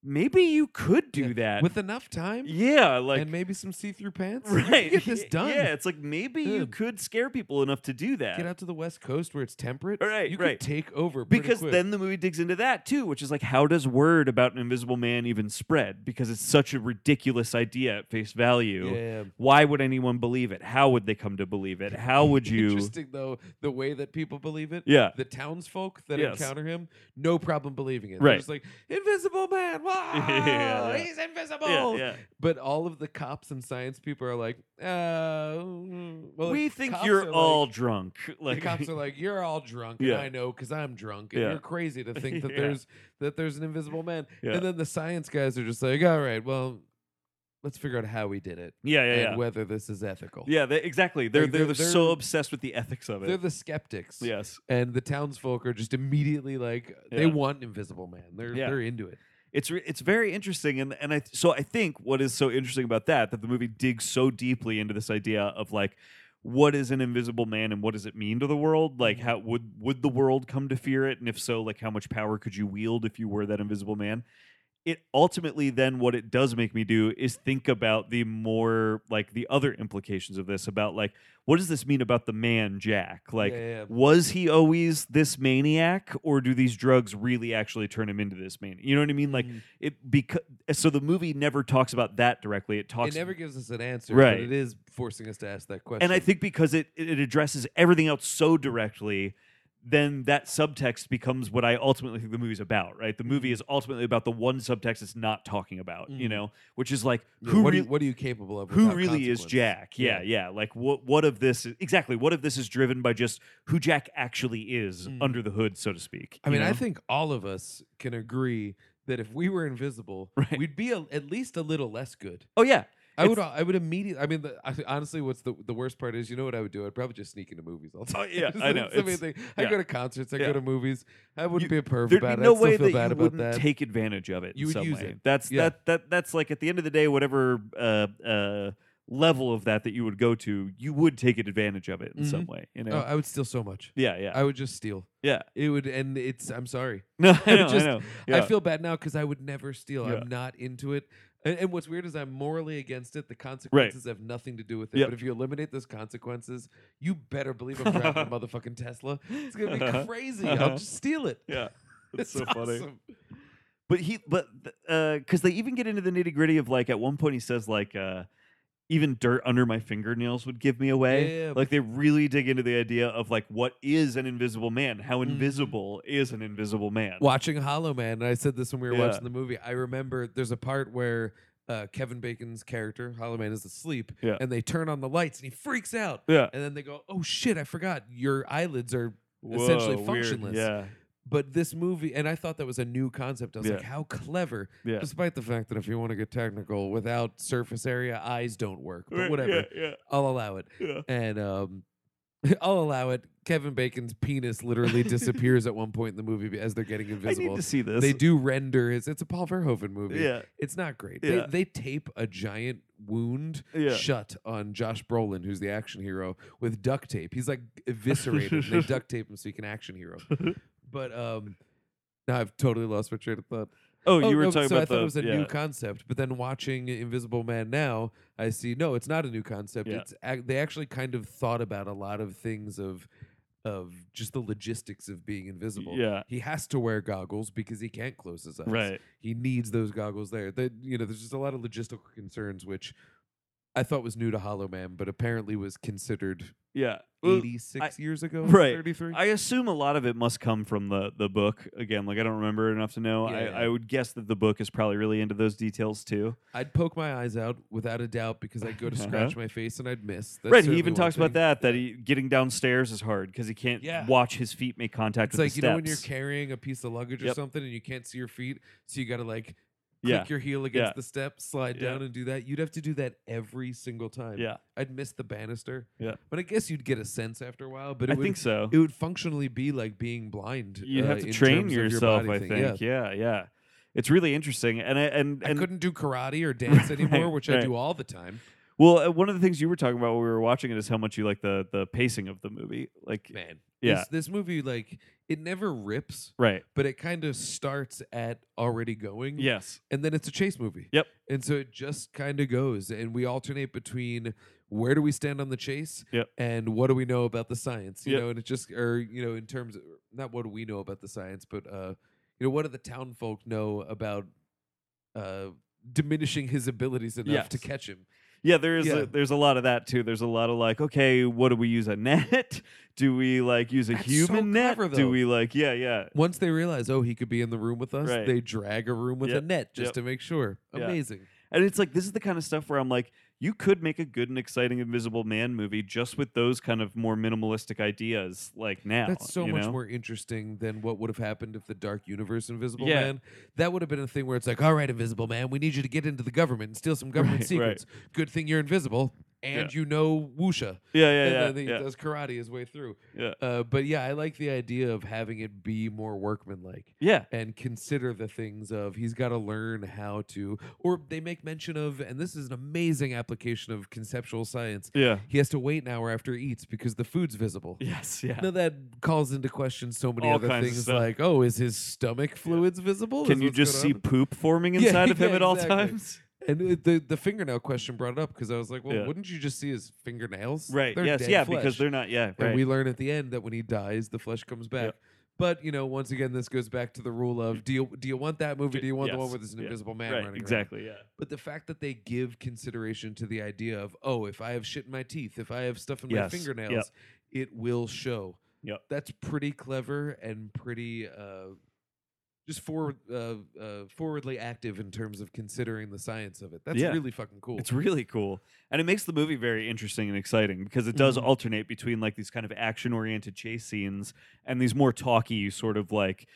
maybe you could do Yeah. that. With enough time yeah, like and maybe some see-through pants, you can (laughs) right. get this done. (laughs) Yeah, it's like maybe you Dude. could scare people enough to do that. Get out to the West Coast where it's temperate. Right, you right. could take over pretty because quick. then the movie digs into that too, which is like, how does word about an invisible man even spread? Because it's such a ridiculous idea at face value. yeah. Why would anyone believe it? How would they come to believe it? (laughs) How would you? Interesting though, the way that people believe it. Yeah. The townsfolk that Yes. encounter him, no problem believing it. Right. They're just like, Invisible Man, wow, (laughs) yeah. he's invisible. Yeah, yeah. But all of the cops and science people are like, uh, mm, well, we the think cops you're are all Like, drunk. the Like, cops are like, you're all drunk, Yeah. and I know because I'm drunk, and Yeah. you're crazy to think that (laughs) Yeah. there's that there's an invisible man. Yeah. And then the science guys are just like, all right, well, let's figure out how we did it (laughs) yeah, yeah, and yeah. whether this is ethical. yeah, they, exactly. They're, Like, they're they're- they're they're- so obsessed with the ethics of They're it. the skeptics. yes, And the townsfolk are just immediately like they Yeah. want an invisible man. They're Yeah. they're into it. it's re- it's very interesting, and and I so I think what is so interesting about that that the movie digs so deeply into this idea of like what is an invisible man and what does it mean to the world? Like, Mm-hmm. how would would the world come to fear it? And if so, like how much power could you wield if you were that invisible man? It ultimately then what it does make me do is think about the more like the other implications of this about like what does this mean about the man Jack? Like Yeah, yeah, yeah. was he always this maniac or do these drugs really actually turn him into this maniac you know what i mean like Mhm. it because so the movie never talks about that directly it talks it never gives us an answer, Right. but it is forcing us to ask that question. and i think because it it addresses everything else so directly then that subtext becomes what i ultimately think the movie's about right the movie is ultimately about the one subtext it's not talking about you Mhm. know which is like Yeah, who what, really are you, what are you capable of? who without really is consequences? Jack? Yeah, yeah. Like what what of this is, exactly? What of this is driven by just who Jack actually is Mm. under the hood, so to speak? I you mean, I know? think all of us can agree that if we were invisible, Right. we'd be a, at least a little less good. Oh yeah, I would. I would immediately. I mean, the, I, honestly, what's the the worst part is? You know what I would do? I'd probably just sneak into movies all the Oh, time. yeah, (laughs) It's I know. the main It's- thing. I yeah. go to concerts. I Yeah. go to movies. I wouldn't be a perv there'd about be it. no I'd still way feel that bad you about wouldn't that. take advantage of it. You in would some use way. it. That's Yeah. that that that's like at the end of the day, whatever uh, uh, level of that that you would go to, you would take advantage of it in some way. You know? Oh, I would steal so much. yeah, yeah, I would just steal. yeah. (laughs) It would, and it's. I'm sorry. No, I would know, just- I know. I Yeah. feel (laughs) bad now because I would never steal. Yeah. I'm not into it. And, and what's weird is I'm morally against it. The consequences have nothing to do with it. Yep. But if you eliminate those consequences, you better believe I'm (laughs) driving a motherfucking Tesla. It's gonna be crazy. I'll just steal it. yeah. Uh-huh. That's It's so funny. awesome. But he, but because they even get into the nitty gritty of like at one point he says like uh, even dirt under my fingernails would give me away. Yeah, Like they really dig into the idea of like what is an invisible man? How Mhm. invisible is an invisible man? watching Hollow Man, and I said this when we were Yeah. watching the movie. I remember there's a part where uh, Kevin Bacon's character Hollow Man is asleep, Yeah. and they turn on the lights, and he freaks out. Yeah. And then they go, "Oh shit, I forgot your eyelids are." essentially Whoa, weird. functionless. Yeah. But this movie, and I thought that was a new concept. I was like, Yeah. "How clever!" Yeah. (laughs) Despite the fact that if you want to get technical, without surface area, eyes don't work. Right, But whatever, Yeah. I'll allow it. Yeah. yeah. And um, (laughs) I'll allow it. Kevin Bacon's penis (laughs) literally disappears at one point in the movie as they're getting I invisible need to see this. they do render his it's a paul verhoeven movie Yeah. it's not great Yeah. they, they tape a giant wound Yeah. shut on josh brolin who's the action hero with duct tape he's like eviscerated and they duct tape him so he can action hero but um now i've totally lost my train of thought Oh, you were no, talking so about i thought the it was a yeah. new concept but then watching invisible man now i see no it's not a new concept Yeah. it's ac- they actually kind of thought about a lot of things of of just the logistics of being invisible Yeah. he has to wear goggles because he can't close his eyes. Right. He needs those goggles there. That you know, there's just a lot of logistical concerns which I thought was new to Hollow Man, but apparently was considered Yeah. Well, 86 years ago, right. 33. I assume a lot of it must come from the the book. Again, like I don't remember enough to know. I, Yeah. I would guess that the book is probably really into those details too. I'd poke my eyes out without a doubt because I'd go to Uh-huh. scratch my face and I'd miss. That's right. He certainly even one talks about thing. that that he, getting downstairs is hard because he can't Yeah. watch his feet make contact It's with like, the you steps. know, when you're carrying a piece of luggage or Yep. something and you can't see your feet, so you got to like click yeah. your heel against Yeah. the step, slide Yeah. down, and do that. You'd have to do that every single time. Yeah. I'd miss the banister. Yeah. But I guess you'd get a sense after a while. But it I would, think so. it would functionally be like being blind. you uh, have to in train terms of your yourself. body I thing. think. Yeah. Yeah. yeah. It's really interesting. And I and, I and couldn't do karate (laughs) or dance anymore, which I right. do all the time. well, uh, one of the things you were talking about when we were watching it is how much you like the the pacing of the movie. Like, Man, Yeah. this, this movie like it never rips, right? but it kind of starts at already going. Yes. and then it's a chase movie. Yep. And so it just kind of goes, and we alternate between where do we stand on the chase, Yep. and what do we know about the science, you Yep. know, and it just or you know in terms of, not what do we know about the science, but uh, you know what do the town folk know about uh diminishing his abilities enough to Yes. catch him. Yeah, there's Yeah. A, there's a lot of that too. There's a lot of like, okay, what do we use a (laughs) net? Do we like use a That's so human net? clever, though. do we like yeah, yeah. Once they realize, oh, he could be in the room with us, Right. they drag a room with Yep. a net just Yep. to make sure. Yeah. Amazing. And it's like this is the kind of stuff where I'm like, you could make a good and exciting Invisible Man movie just with those kind of more minimalistic ideas like now. That's so you much know? more interesting than what would have happened if the Dark Universe Invisible Yeah. Man. That would have been a thing where it's like, all right, Invisible Man, we need you to get into the government and steal (laughs) some government Right, right. secrets. Good thing you're invisible and you know Wusha. Yeah, and yeah, then he yeah. yeah, does karate his way through. yeah. Uh, but yeah, I like the idea of having it be more workmanlike Yeah. and consider the things of he's got to learn how to, or they make mention of, and this is an amazing application of conceptual science. (laughs) Yeah. He has to wait an hour after he eats because the food's visible. Yes, yeah. No, that calls into question so many All other kinds of things. stuff. Like, oh, is his stomach fluids visible? Is Can you what's just see going on? poop forming Yeah, inside of him yeah, at all exactly. times? And uh, the the fingernail question brought it up because I was like, well, Yeah. wouldn't you just see his fingernails? Right. They're yes, dead yeah, flesh. because they're not yeah, And right. we learn at the end that when he dies, the flesh comes back. But you know, once again, this goes back to the rule of do you do you want that movie? Do you want the one Yes, where there's an yeah, invisible man running right, around? exactly, yeah. But the fact that they give consideration to the idea of, oh, if I have shit in my teeth, if I have stuff in Yes, my yep. fingernails, it will show. Yep. That's pretty clever and pretty uh, just forward, uh, uh, forwardly active in terms of considering the science of it. That's Yeah. really fucking cool. It's really cool. And it makes the movie very interesting and exciting because it does Mhm. alternate between like these kind of action oriented chase scenes and these more talky, sort of like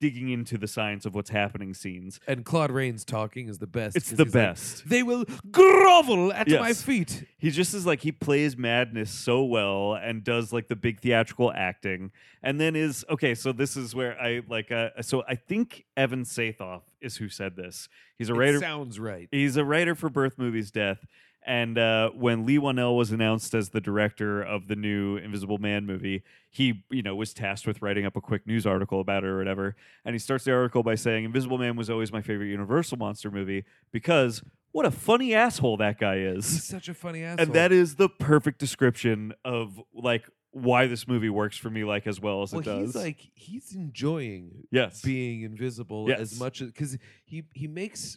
digging into the science of what's happening scenes. and Claude Rains talking is the best. It's 'cause the he's like, best. they will grovel at my Yes. feet. he just is like, he plays madness so well and does like the big theatrical acting. And then is, okay, so this is where I like, uh, so I think Evan Sathoff is who said this. He's a It writer. sounds right. He's a writer for Birth Movies Death, And uh, when Lee Wanell was announced as the director of the new Invisible Man movie, he you know was tasked with writing up a quick news article about it or whatever. And he starts the article by saying, "Invisible Man was always my favorite Universal monster movie because what a funny asshole that guy is." He's such a funny asshole. and that is the perfect description of like why this movie works for me like as well as well, it he's does like he's enjoying yes being invisible as Yes. much as because he he makes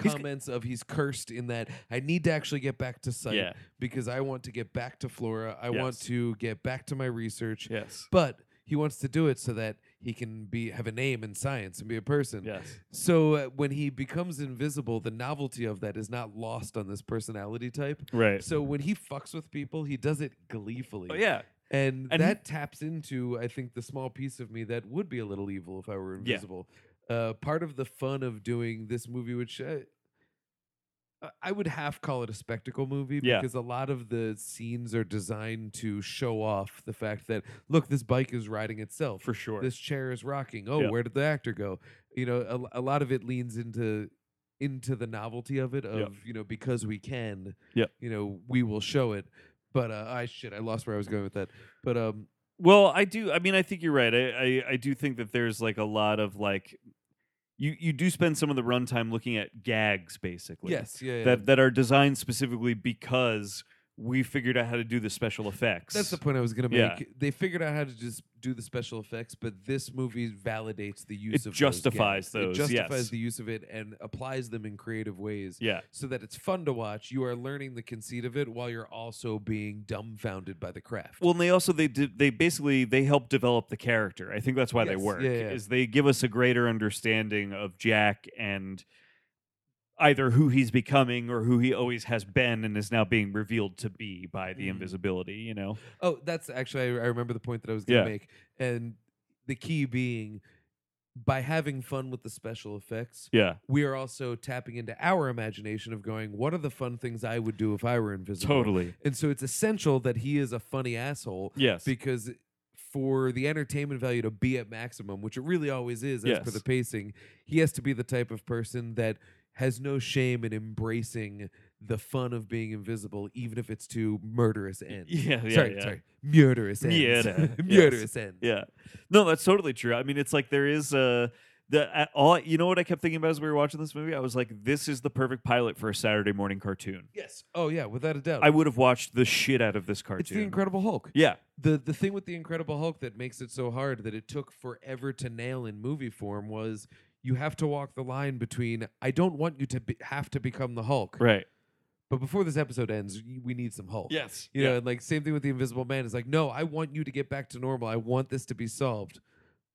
He's c- comments of he's cursed in that I need to actually get back to sight yeah because I want to get back to flora. I want Yes. to get back to my research. yes But he wants to do it so that he can be have a name in science and be a person. yes So uh, when he becomes invisible, the novelty of that is not lost on this personality type. right So when he fucks with people, he does it gleefully. oh, yeah And, And that taps into, I think, the small piece of me that would be a little evil if I were Yeah. invisible. Uh, part of the fun of doing this movie, which I, I- I would half call it a spectacle movie, Yeah. because a lot of the scenes are designed to show off the fact that look, this bike is riding itself. for sure This chair is rocking. Oh, Yeah. where did the actor go? You know, a, a lot of it leans into into the novelty of it of Yeah. you know because we can. Yeah. You know, we will show it. But uh, I shit, I lost where I was going with that. But um, Well, I do. I mean, I think you're right. I, I, I do think that there's like a lot of like, you you do spend some of the runtime looking at gags basically. yes, yeah, yeah. That that are designed specifically because we figured out how to do the special effects. that's the point I was gonna make. Yeah. They figured out how to just do the special effects, but this movie validates the use of those justifies gags. those, It justifies yes. the use of it and applies them in creative ways. yeah. So that it's fun to watch. You are learning the conceit of it while you're also being dumbfounded by the craft. Well, and they also they de- they basically they help develop the character. I think that's why they Yes, work. yeah, yeah. Is they give us a greater understanding of Jack and either who he's becoming or who he always has been and is now being revealed to be by the Mm. invisibility. You know. Oh, that's actually I I remember the point that I was going to Yeah. make, and the key being by having fun with the special effects, Yeah. we are also tapping into our imagination of going, what are the fun things I would do if I were invisible? Totally. And so it's essential that he is a funny asshole Yes. because for the entertainment value to be at maximum, which it really always is as per Yes. the pacing, he has to be the type of person that has no shame in embracing the fun of being invisible, even if it's to murderous ends. (laughs) yeah, yeah, sorry, yeah. sorry. Murderous ends. (laughs) Murder, yes. Murderous ends. Yeah. No, that's totally true. I mean, it's like there is a the at all you know what I kept thinking about as we were watching this movie? I was like, this is the perfect pilot for a Saturday morning cartoon. Yes. Oh yeah, without a doubt. I would have watched the shit out of this cartoon. it's the Incredible Hulk. yeah. The the thing with the Incredible Hulk that makes it so hard that it took forever to nail in movie form was you have to walk the line between I don't want you to be, have to become the Hulk, Right. but before this episode ends, y- we need some Hulk. Yes. You know, and like same thing with the Invisible Man. It's like, no, I want you to get back to normal. I want this to be solved.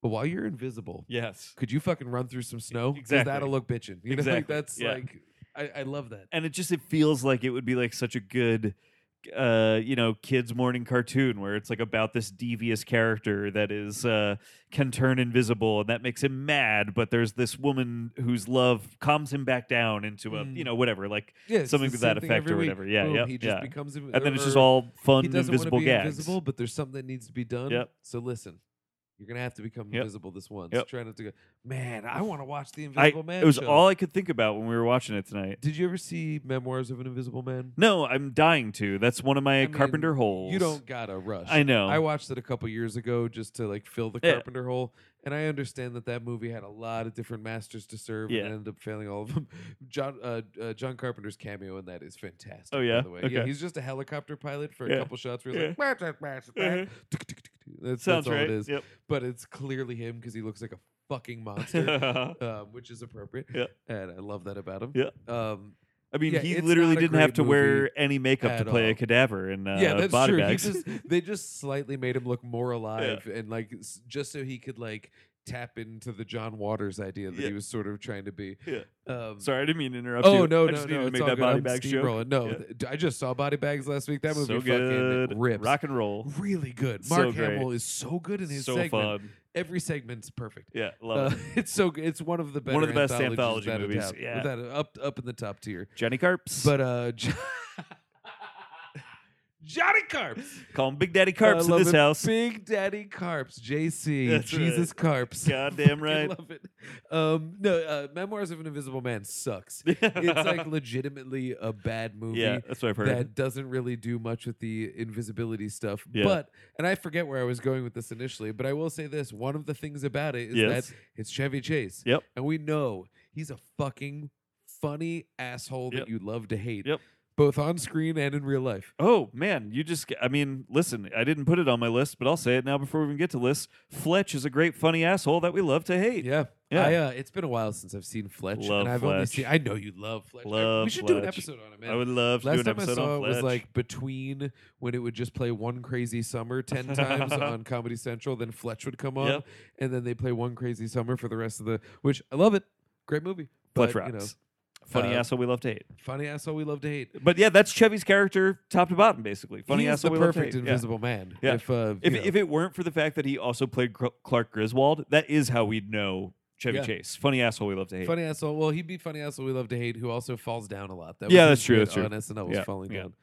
But while you're invisible, Yes. could you fucking run through some snow? 'Cause Exactly. That'll look bitchin'. You know, like Exactly, that's yeah. like I, I love that. And it just it feels like it would be like such a good uh you know kids morning cartoon where it's like about this devious character that is uh can turn invisible and that makes him mad but there's this woman whose love calms him back down into a Mm. you know whatever like Yeah, it's something the to that same thing effect or every week. whatever. Yeah, Boom, yeah, He just yeah. becomes inv- and then it's just or- all fun he doesn't wanna invisible be gags invisible, but there's something that needs to be done. Yep. So listen, you're gonna have to become Yep. invisible this once. Yep. Try not to go. Man, I want to watch the I, Invisible Man. it was show." all i could think about when we were watching it tonight Did you ever see Memoirs of an Invisible Man? no i'm dying to that's one of my I mean, carpenter holes You don't gotta rush. i know (laughs) I watched it a couple years ago just to like fill the Um, Yeah. carpenter hole, and I understand that that movie had a lot of different masters to serve Yeah. and ended up failing all of them. (laughs) John uh, uh, John Carpenter's cameo in that is fantastic. Oh, yeah? by the way, yeah, Okay. he's just a helicopter pilot for a Yeah. couple shots where he's Yeah. like, "Wah, wah, wah, wah." Mhm. that's, sounds that's all right it is. yep But it's clearly him because he looks like a fucking (laughs) monster, i um, which is appropriate, Yeah. and I love that about him. Yeah. Um, mean Yeah, he it's literally not a didn't have great to movie wear any makeup to at play all. a cadaver in uh, yeah, that's body true. He bags just, they just slightly made him look more alive, and like s- just so he could like tap into the John Waters idea that Yeah. he was sort of trying to be. Yeah. Um, (laughs) sorry i didn't mean to interrupt you Oh no I no just needed no! to It's make all that good. body I'm bag joke steamrolling. No, Yeah. th- I just saw Body Bags last week. That movie so fucking good rips. rock and roll (laughs) really good. So Mark great. Hamill is so good in his so segment. fun Every segment's perfect. yeah love Uh, it (laughs) it's so good. It's one of the better One of the best anthologies anthology without a movies, doubt. yeah. Without a- up up in the top tier. jenny carps But uh, John, uh, (laughs) Johnny Carps. Call him Big Daddy Carps I in love this it. (laughs) house. (laughs) Big Daddy Carps, JC, That's Jesus Carps. (laughs) I Goddamn right. (laughs) love it. Um, no, uh, Memoirs of an Invisible Man (laughs) sucks. it's like legitimately a bad movie yeah, that's what I've heard. that doesn't really do much with the invisibility stuff. Yeah. But and I forget where I was going with this initially, but I will say this: one of the things about it is Yes. that it's Chevy Chase. Yep. And we know he's a fucking funny asshole Yep. that you love to hate. Yep. Both on screen and in real life. Oh man, you just I mean, listen, I didn't put it on my list, but I'll say it now before we even get to lists. Fletch is a great funny asshole that we love to hate. Yeah. Yeah. I, uh, it's been a while since I've seen Fletch. Love and I've only Fletch. seen I know you love Fletch. I- Love we should do an Fletch. episode on it, man. I would love to Last do an time I episode saw it on Fletch. was like between when it would just play one crazy summer (laughs) ten times on Comedy Central, then Fletch would come on, Yep. and then they play one crazy summer for the rest of the. Which I love it, great movie. Fletch but, rocks. you know, funny uh, asshole we love to hate. funny asshole we love to hate. But yeah, that's Chevy's character top to bottom basically. Funny He is asshole the we love perfect to hate. Yeah. Invisible Man. Yeah. If uh, If, you know, if it weren't for the fact that he also played Cl- Clark Griswold, that is how we'd know Chevy Yeah. Chase. Funny asshole we love to hate. funny asshole, well, he'd be funny asshole we love to hate, who also falls down a lot. That Yeah, was that's his true, bit that's true. On SNL was Yeah, falling yeah. down.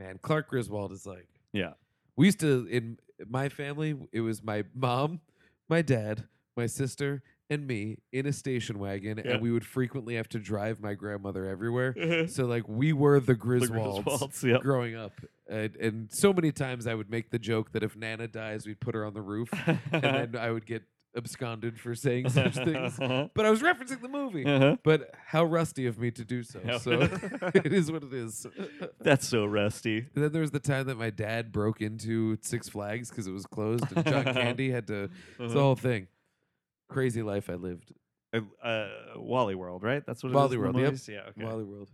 Man, Clark Griswold is like. (laughs) Yeah. We used to in my family. It was my mom, my dad, my sister, and me in a station wagon, Yeah. and we would frequently have to drive my grandmother (laughs) everywhere. so like we were the The Griswolds. Griswolds, yep. Growing up, and, and so many times I would make the joke that if Nana dies, we'd put her on the roof, (laughs) and then I would get absconded for saying such things. But I was referencing the movie. Uh-huh. But how rusty of me to do so. How- (laughs) So (laughs) it is what it is. That's so rusty. And then there was the time that my dad broke into Six Flags because it was closed, and (laughs) John Candy had to. It's the Uh-huh. whole thing. Crazy life I lived. uh, uh, Wally World, right? That's what it is Wally in the World, yep. movies? Yeah. Okay. Wally World.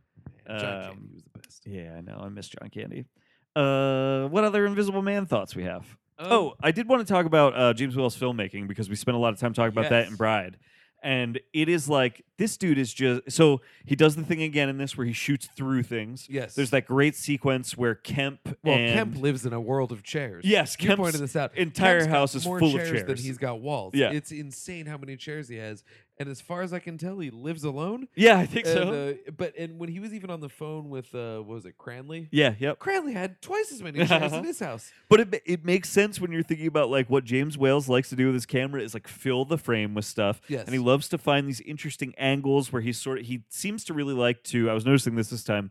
Man, John Um, Candy was the best. Yeah, I know. I miss John Candy. Uh, what other Invisible Man thoughts we have? Um, Oh, I did want to talk about uh, James Whale's filmmaking because we spent a lot of time talking about that in Yes. Bride. And it is like this dude is just so he does the thing again in this where he shoots through things. yes. There's that great sequence where Kemp Well, and Kemp lives in a world of chairs. yes, You Kemp's pointed this out. entire Kemp's got house is more full chairs of chairs. than he's got walls. Yeah. It's insane how many chairs he has. And as far as I can tell, he lives alone. yeah, I think and, so. uh, but and when he was even on the phone with uh, what was it, Cranley? yeah, yep. Cranley had twice as many chairs (laughs) in his house. But it, ma- it makes sense when you're thinking about like what James Wales likes to do with his camera is like fill the frame with stuff. Yes. And he loves to find these interesting angles where he's sort of he seems to really like to I was noticing this this time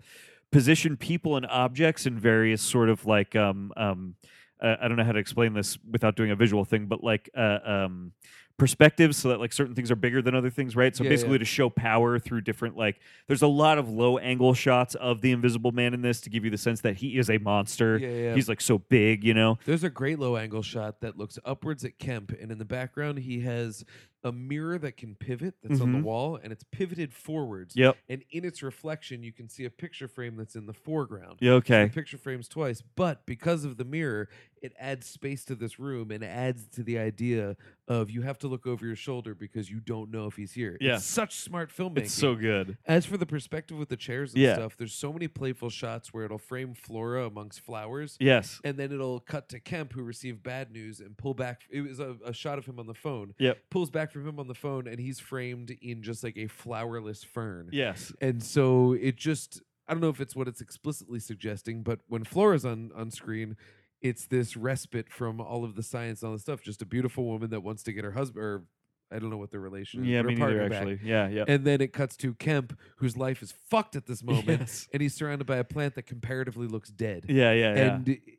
position people and objects in various sort of like um um uh, I don't know how to explain this without doing a visual thing but like uh, um perspectives so that like certain things are bigger than other things right so Yeah, basically yeah. to show power through different like there's a lot of low angle shots of the invisible man in this to give you the sense that he is a monster Yeah, yeah. he's like so big you know There's a great low angle shot that looks upwards at Kemp, and in the background, he has a mirror that can pivot that's on the Mhm. wall, and it's pivoted forwards. Yep. And in its reflection, you can see a picture frame that's in the foreground. Yeah, So the okay. picture frames twice, but because of the mirror, it adds space to this room and adds to the idea of you have to look over your shoulder because you don't know if he's here. Yeah. It's such smart filmmaking. It's so good. As for the perspective with the chairs and Yeah. stuff, there's so many playful shots where it'll frame Flora amongst flowers Yes. and then it'll cut to Kemp, who received bad news, and pull back. It was a, a shot of him on the phone. Yep. Pulls back from him on the phone, and he's framed in just like a flowerless fern. Yes. And so it just, I don't know if it's what it's explicitly suggesting, but when Flora's on, on screen, it's this respite from all of the science and all the stuff. Just a beautiful woman that wants to get her husband, or I don't know what their relation is. Yeah, but her me neither, partner back. actually. Yeah, yeah. And then it cuts to Kemp, whose life is fucked at this (laughs) moment, (laughs) Yes. and he's surrounded by a plant that comparatively looks dead Yeah, yeah, yeah. and i-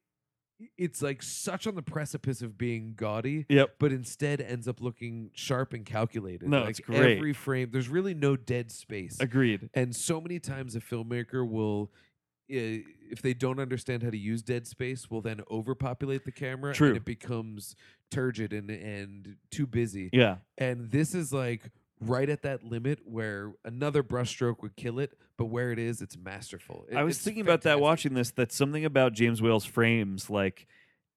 it's like such on the precipice of being gaudy yep. but instead ends up looking sharp and calculated No, like it's great. every frame there's really no dead space Agreed. and so many times a filmmaker will i- if they don't understand how to use dead space will then overpopulate the camera True. and it becomes turgid and, and too busy Yeah. and this is like right at that limit where another brushstroke would kill it but where it is it's masterful It- I was it's thinking about that fantastic. watching this that something about James Whale's frames like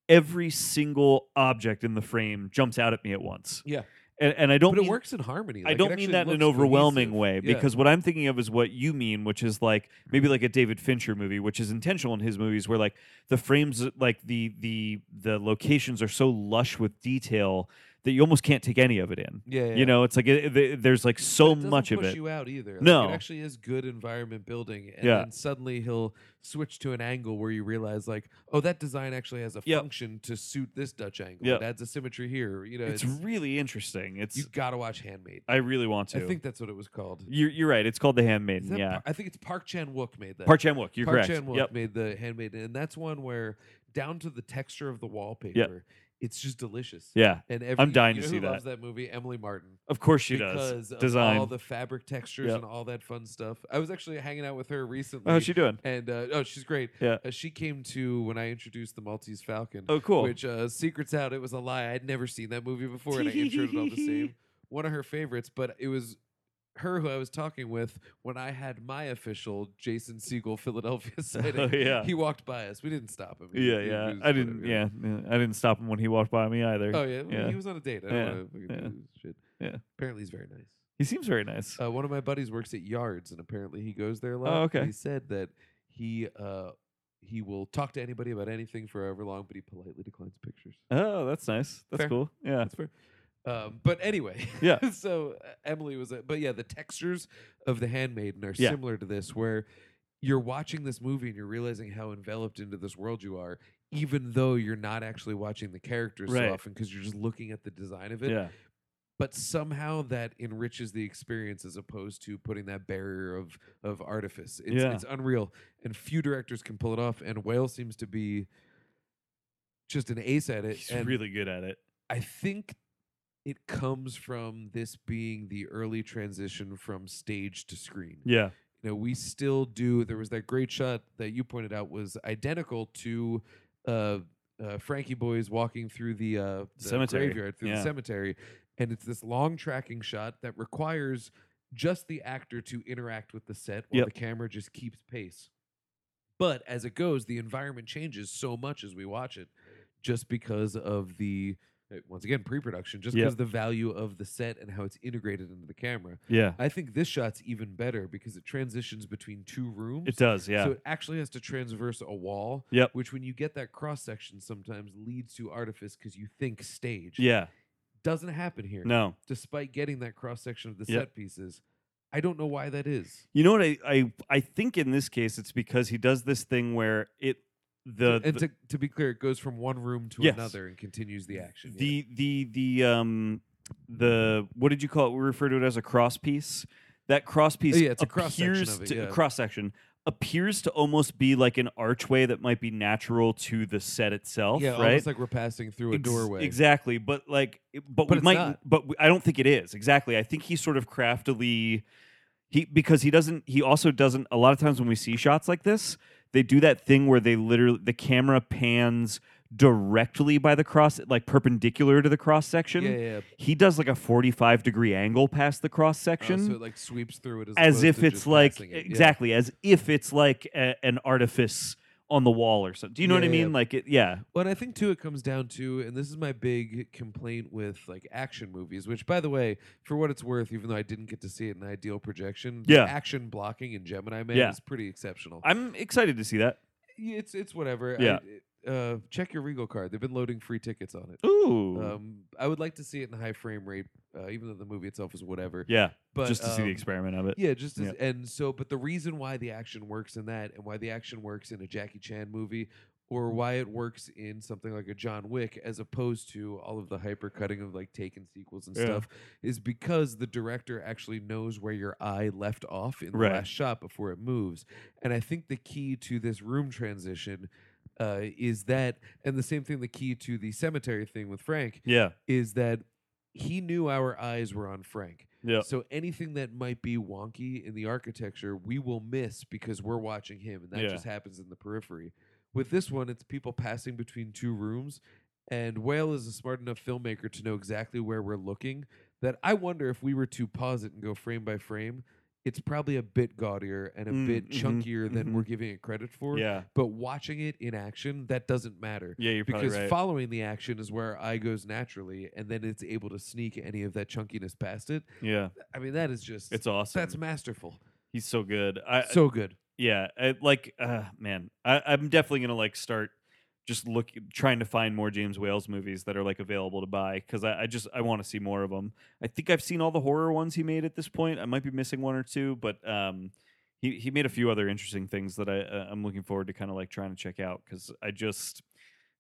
every single object in the frame jumps out at me at once. Yeah. And, and I don't but it mean- works in harmony. I Like, it don't mean actually that in an looks overwhelming cohesive. way Yeah. because what I'm thinking of is what you mean, which is like maybe like a David Fincher movie, which is intentional in his movies, where like the frames, like the the the locations are so lush with detail that you almost can't take any of it in. Yeah, yeah. You know, it's like it, th- there's like But so doesn't much of push it. you out either. Like, No. it actually is good environment building, and Yeah. then suddenly he'll switch to an angle where you realize like, oh, that design actually has a Yep. function to suit this Dutch angle. Yep. It adds a symmetry here. You know, It's it's, really interesting. It's you gotta watch Handmade. I really want I to. think that's what it was called. you're you're right. It's called The Is Handmaiden. that Yeah, Par- I think it's Park Chan Wook made that. Park Chan Wook. You're Park correct. Chan-wook Yep. made the handmade, and that's one where down to the texture of the wallpaper, it's just delicious. Yeah. And every, I'm dying you to know see who that. Loves that movie, Emily Martin. Of course she because does. of Design. all the fabric textures Yep. and all that fun stuff. I was actually hanging out with her recently. Oh, How's she doing? and uh, oh, she's great. Yeah. Uh, she came to when I introduced the Maltese Falcon. Oh, cool. Which uh, secrets out, it was a lie. I'd never seen that movie before, and I introed it all the (laughs) same. One of her favorites, but it was her who I was talking with when I had my official Jason Siegel Philadelphia (laughs) sighting. Oh, yeah. He walked by us. We didn't stop him. He- yeah, he yeah. was I didn't. whatever. Yeah, yeah, I didn't stop him when he walked by me either. Oh yeah, well, Yeah. he was on a date. I don't Yeah, wanna fucking yeah, do this shit. yeah. Apparently, he's very nice. He seems very nice. Uh, one of my buddies works at Yards, and apparently he goes there a lot. Oh, and okay. He said that he uh, he will talk to anybody about anything for however long, but he politely declines pictures. oh, that's nice. That's fair. cool. Yeah. That's fair. Um, but anyway, (laughs) Yeah. so uh, Emily was, a, but yeah, the textures of the Handmaiden are Yeah. similar to this, where you're watching this movie and you're realizing how enveloped into this world you are, even though you're not actually watching the characters Right. so often because you're just looking at the design of it Yeah. but somehow that enriches the experience as opposed to putting that barrier of of artifice. It's, Yeah. it's unreal, and few directors can pull it off. And Whale seems to be just an ace at it. He's and really good at it. I think it comes from this being the early transition from stage to screen Yeah. you know, we still do. There was that great shot that you pointed out was identical to uh, uh, Frankie Boy's walking through the, uh, the Cemetery, graveyard through yeah. the cemetery, and it's this long tracking shot that requires just the actor to interact with the set while Yep. the camera just keeps pace. But as it goes, the environment changes so much as we watch it, just because of the uh, once again pre-production, just Yep. because the value of the set and how it's integrated into the camera. Yeah. I think this shot's even better because it transitions between two rooms. It does. Yeah. So it actually has to transverse a wall. Yep. Which, when you get that cross section, sometimes leads to artifice because you think stage. yeah. Doesn't happen here. No. Despite getting that cross section of the Yep. set pieces, I don't know why that is. You know what? I, I I think in this case it's because he does this thing where it the and Uh, the to, to be clear, it goes from one room to Yes. another and continues the action. yeah. the the the um the what did you call it? We refer to it as a cross piece. That cross piece Oh, yeah, it's a appears cross-section of it, to yeah. cross section appears to almost be like an archway that might be natural to the set itself. yeah, right. almost like we're passing through a Ex- doorway. Exactly, but like, it- but, But we it's might, not. but we, I don't think it is exactly. I think he sort of craftily, he because he doesn't. He also doesn't. A lot of times when we see shots like this, they do that thing where they literally the camera pans directly by the cross, like perpendicular to the cross section. Yeah, yeah. Uh, yeah. He does like a forty-five degree angle past the cross Oh, section so it like sweeps through it as, as opposed if to it's just like passing it, yeah. exactly as if it's like a, an artifice on the wall or something. Do you know Yeah, what I yeah, mean? yeah. Like it, yeah, Well, and I think too, it comes down to, and this is my big complaint with like action movies, which, by the way, for what it's worth, even though I didn't get to see it in ideal projection, the Yeah. action blocking in Gemini Man Yeah. is pretty exceptional. I'm excited to see that. Yeah, it's it's whatever. I- Yeah. uh, check your Regal card. They've been loading free tickets on it. Ooh. Um, I would like to see it in high frame rate, uh, even though the movie itself is whatever. Yeah, But just to see the um, experiment of it. Yeah, just as, Yeah. and so, but the reason why the action works in that, and why the action works in a Jackie Chan movie, or why it works in something like a John Wick, as opposed to all of the hyper cutting of like Taken sequels and Yeah. stuff, is because the director actually knows where your eye left off in the Right. last shot before it moves, and I think the key to this room transition. Uh, is that and the same thing the key to the cemetery thing with Frank Yeah, is that he knew our eyes were on Frank yeah, so anything that might be wonky in the architecture, we will miss because we're watching him, and that Yeah. just happens in the periphery. With this one, it's people passing between two rooms, and Whale is a smart enough filmmaker to know exactly where we're looking. That I wonder if we were to pause it and go frame by frame, it's probably a bit gaudier and a Mm, bit mhm, chunkier than mhm. we're giving it credit for. yeah, But watching it in action, that doesn't matter. yeah. You're probably Because right. following the action is where our eye goes naturally, and then it's able to sneak any of that chunkiness past it. yeah, I mean, that is just it's awesome. that's masterful. He's so good. I so good. yeah, I, like uh, man, I, I'm definitely gonna like start just look trying to find more James Whales movies that are like available to buy because I, I just I want to see more of them. I think I've seen all the horror ones he made at this point. I might be missing one or two, but um, he he made a few other interesting things that I uh, I'm looking forward to kind of like trying to check out because I just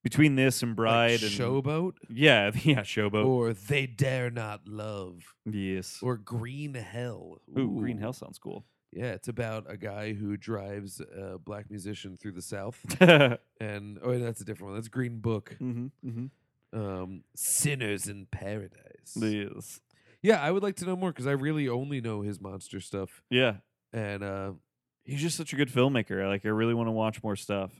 between this and Bride Like and Showboat yeah (laughs) yeah Showboat or They Dare Not Love yes or Green Hell. ooh, Green Hell sounds cool. (laughs) Yeah, it's about a guy who drives a black musician through the (laughs) South. mm-hmm, and oh, that's a different one. That's Green Book. mm-hmm. Um, Sinners in Paradise. Yes. Yeah, I would like to know more because I really only know his monster stuff. Yeah. And uh, He's just such a good filmmaker. I, Like I really want to watch more stuff.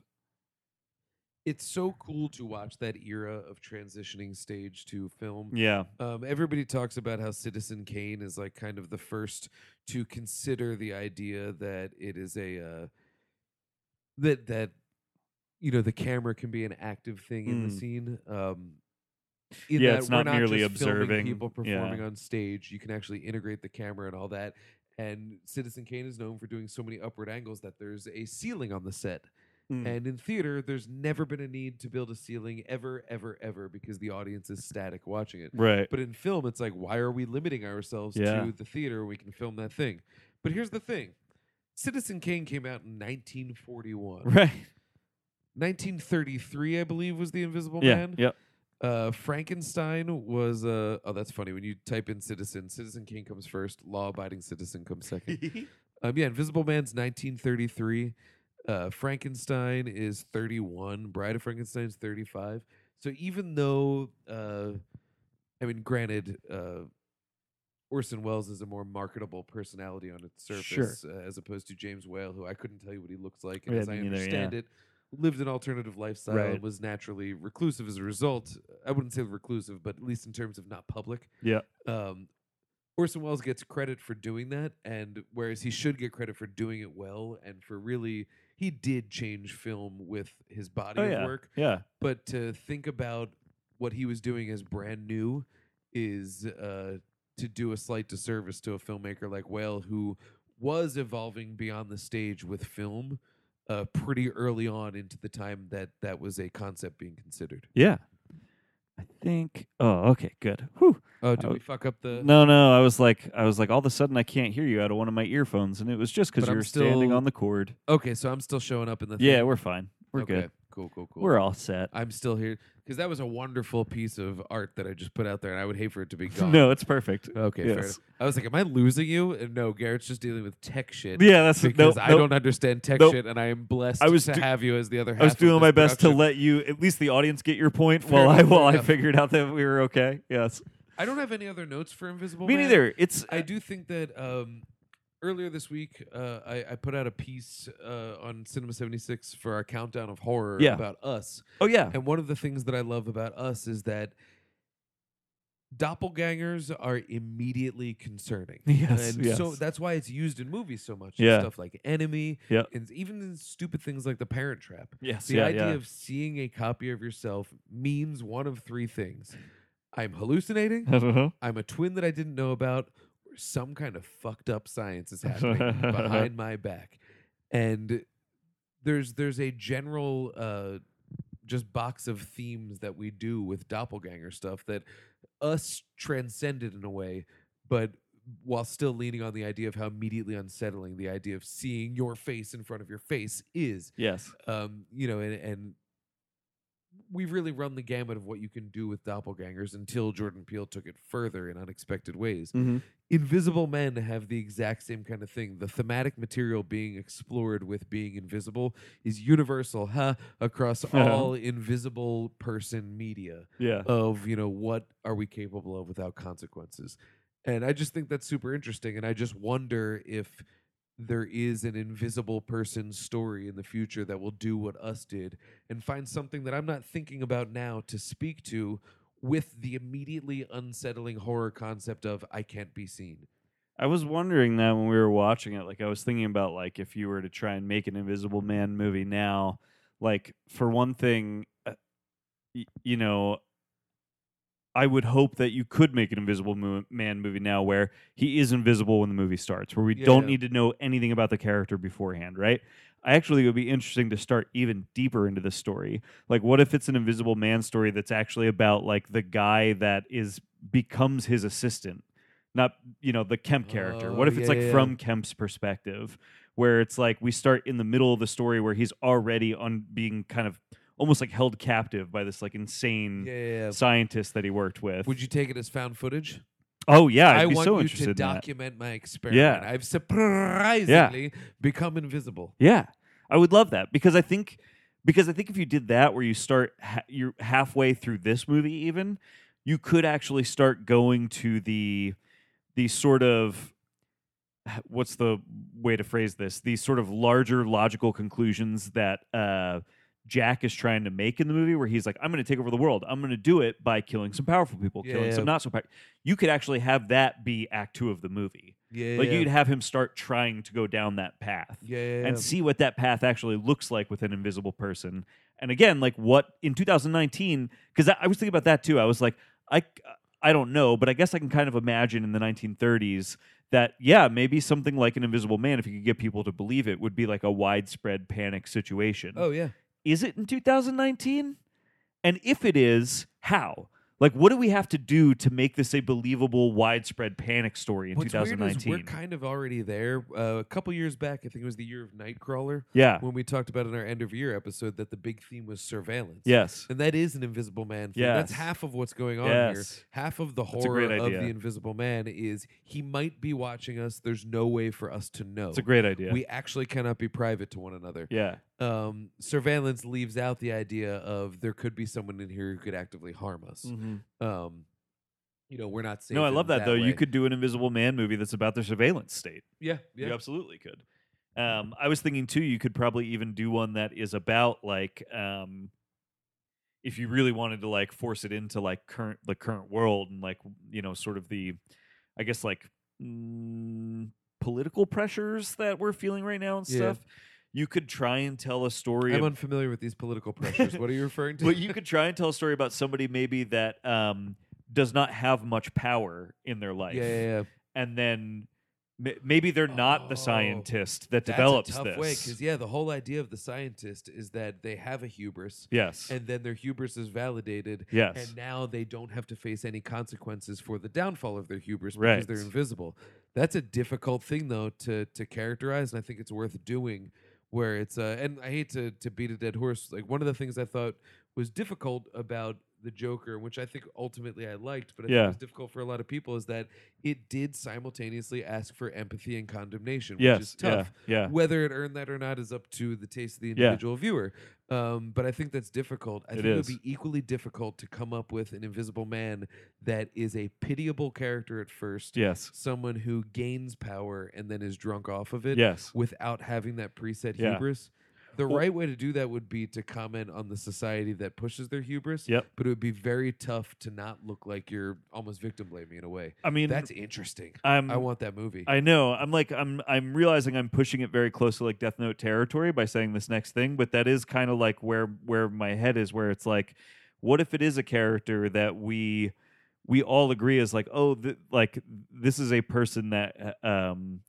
it's so cool to watch that era of transitioning stage to film. Yeah. Um, everybody talks about how Citizen Kane is like kind of the first to consider the idea that it is a uh, that that you know the camera can be an active thing in the Mm. scene. Um, Yeah, it's we're not merely just filming observing. people Yeah. performing on stage. You can actually integrate the camera and all that. And Citizen Kane is known for doing so many upward angles that there's a ceiling on the set. Mm. And in theater, there's never been a need to build a ceiling ever, ever, ever because the audience is static watching it. (laughs) Right. (laughs) But in film, it's like, why are we limiting ourselves Yeah. to the theater? when We can film that thing. But here's the thing Citizen Kane came out in 1941. Right. 1933, I believe, was The Invisible Yeah. Man. (laughs) Yep. Uh, Frankenstein was, uh, oh, that's funny. When you type in Citizen, Citizen Kane comes first, Law Abiding Citizen comes second. Um, yeah, Invisible Man's 1933. Uh, Frankenstein is 31. Bride of Frankenstein's 35. So even though, uh, I mean, granted, uh, Orson Welles is a more marketable personality on its Sure. surface uh, as opposed to James Whale, who I couldn't tell you what he looks like. And Yeah, as I me neither, understand it, lived an alternative lifestyle Right. and was naturally reclusive as a result. I wouldn't say reclusive, but at least in terms of not public. Yeah. Um, Orson Welles gets credit for doing that, and whereas he should get credit for doing it well and for really, he did change film with his body Oh, of yeah. work. Yeah. But to think about what he was doing as brand new is uh, to do a slight disservice to a filmmaker like Whale, who was evolving beyond the stage with film uh, pretty early on into the time that that was a concept being considered. Yeah. I think. Oh, okay. Good. Whew. Oh, did Oh, we fuck up the? No, no. I was like, I was like, all of a sudden, I can't hear you out of one of my earphones, and it was just because But you I'm were standing still- on the cord. Okay, so I'm still showing up in the. Yeah, thing. we're fine. We're okay. good. Cool, cool, cool. We're all set. I'm still here because that was a wonderful piece of art that I just put out there, and I would hate for it (laughs) to be gone. No, it's perfect. Okay, fair Yes. enough. I was like, "Am I losing you?" And no, Garrett's just dealing with tech shit. (laughs) Yeah, that's because nope, I nope. don't understand tech Nope. shit, and I am blessed I was to do- have you as the other half. I was of doing this my best to production. let you, at least the audience, get your point Fair while I enough, fair while I enough. figured out that we were okay. Yes. I don't have any other notes for Invisible. Me Man. neither. It's I do think that um, earlier this week, uh, I, I put out a piece uh, on Cinema 76 for our countdown of horror Yeah. about us. oh yeah. And one of the things that I love about us is that doppelgangers are immediately concerning. Yes, and so yes. that's why it's used in movies so much. Yeah. In stuff like Enemy, Yeah. and even in stupid things like The Parent Trap. Yes. The yeah, idea yeah. of seeing a copy of yourself means one of three things. I'm hallucinating, (laughs) Uh-huh. I'm a twin that I didn't know about, or some kind of fucked up science is happening behind my back. And there's there's a general uh, just box of themes that we do with doppelganger stuff that us transcended in a way, but while still leaning on the idea of how immediately unsettling the idea of seeing your face in front of your face is yes. um, you know, and, and we've really run the gamut of what you can do with doppelgangers until Jordan Peele took it further in unexpected ways. Mm-hmm. Invisible men have the exact same kind of thing. The thematic material being explored with being invisible is universal, huh, across Yeah. all invisible person media Yeah. of, you know, what are we capable of without consequences. And I just think that's super interesting. And I just wonder if there is an invisible person story in the future that will do what us did and find something that I'm not thinking about now to speak to with the immediately unsettling horror concept of I can't be seen. I was wondering that when we were watching it. Like, I was thinking about like if you were to try and make an Invisible Man movie now, like for one thing, uh, y- you know, I would hope that you could make an Invisible Mo- Man movie now where he is invisible when the movie starts, where we Yeah, don't yeah. need to know anything about the character beforehand, right? I actually it would be interesting to start even deeper into the story. Like, what if it's an Invisible Man story that's actually about like the guy that is becomes his assistant, not you know the Kemp character. what Oh, if it's yeah, like yeah, yeah. from Kemp's perspective, where it's like we start in the middle of the story where he's already on being kind of almost like held captive by this like insane Yeah, yeah, yeah. scientist that he worked with. Would you take it as found footage? oh yeah, I'd I be want so you interested to in that. document my experiment. I've surprisingly become invisible. Yeah, I would love that because I think because I think if you did that where you start ha- you're halfway through this movie even you could actually start going to the the sort of what's the way to phrase this these sort of larger logical conclusions that uh Jack is trying to make in the movie where he's like I'm going to take over the world I'm going to do it by killing some powerful people killing Yeah. some not so powerful you could actually have that be act 2 of the movie Yeah, like yeah. you'd have him start trying to go down that path yeah, yeah, yeah. and see what that path actually looks like with an invisible person. And again, like what in 2019, because I, I was thinking about that too. I was like, I I don't know, but I guess I can kind of imagine in the 1930s that yeah, maybe something like an Invisible Man, if you could get people to believe it, would be like a widespread panic situation. oh yeah. Is it in 2019? And if it is, how? Like, what do we have to do to make this a believable, widespread panic story in What's weird is 2019? we're kind of already there. Uh, a couple years back, I think it was the year of Nightcrawler, yeah. when we talked about in our end of year episode that the big theme was surveillance. Yes. And that is an Invisible Man thing. That's Yes. half of what's going on here. yes. Half of the a horror great of idea. the Invisible Man is he might be watching us. There's no way for us to know. It's a great idea. We actually cannot be private to one another. yeah. Um, surveillance leaves out the idea of there could be someone in here who could actively harm us. Um, you know, we're not safe. Mm. No, I in love that, though. way. You could do an Invisible Man movie that's about the surveillance state. yeah, yeah, Mm-hmm. You absolutely could. Um, I was thinking too, you could probably even do one that is about like um, if you really wanted to like force it into like current the current world and like you know sort of the I guess like mm, political pressures that we're feeling right now and Yeah. stuff. You could try and tell a story. I'm ab- unfamiliar with these political pressures. what are you referring to? (laughs) but you could try and tell a story about somebody maybe that um, does not have much power in their (laughs) life yeah, yeah, yeah. and then ma- maybe they're not Oh, the scientist that That's develops a tough this. way because yeah, the whole idea of the scientist is that they have a hubris, yes. and then their hubris is validated, yes. and now they don't have to face any consequences for the downfall of their hubris because Right. they're invisible. That's a difficult thing though to to characterize, and I think it's worth doing. Where it's uh, and I hate to to beat a dead horse. Like one of the things I thought was difficult about the Joker, which I think ultimately I liked, but I think Yeah. was difficult for a lot of people, is that it did simultaneously ask for empathy and condemnation, which is yes. tough. Yeah. Yeah. Whether it earned that or not is up to the taste of the Yeah. individual viewer. Um, but I think that's difficult. I It think it would is. be equally difficult to come up with an invisible man that is a pitiable character at first, Yes. someone who gains power and then is drunk off of it Yes. without having that preset Yeah. hubris. The Well- right way to do that would be to comment on the society that pushes their hubris. Yep. But it would be very tough to not look like you're almost victim blaming in a way. I mean, That's interesting. I'm, I want that movie. Mm. I know. I'm like I'm I'm realizing I'm pushing it very close to like Death Note territory by saying this next thing, but that is kind of like where where my head is where it's like what if it is a character that we we all agree is like oh th- like this is a person that uh, um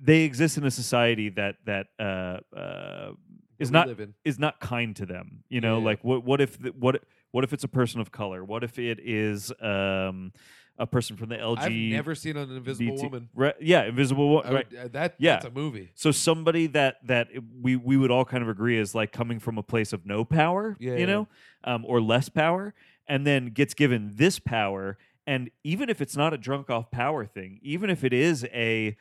they exist in a society that that uh uh is That we not live in. is not kind to them. You know, Yeah. like what what if th- what what if it's a person of color? What if it is um a person from the LG? I've never seen an invisible BT woman. Right, yeah, invisible woman. I Right. would- uh, that Yeah. that's a movie. So somebody that that it- we we would all kind of agree is like coming from a place of no power, Yeah, yeah. you know, um, or less power, and then gets given this power. And even if it's not a drunk off power thing, even if it is a,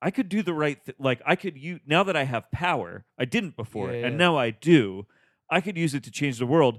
I could do the right thing. Like I could you now that I have power, I didn't before, Yeah, yeah. and now I do. I could use it to change the world.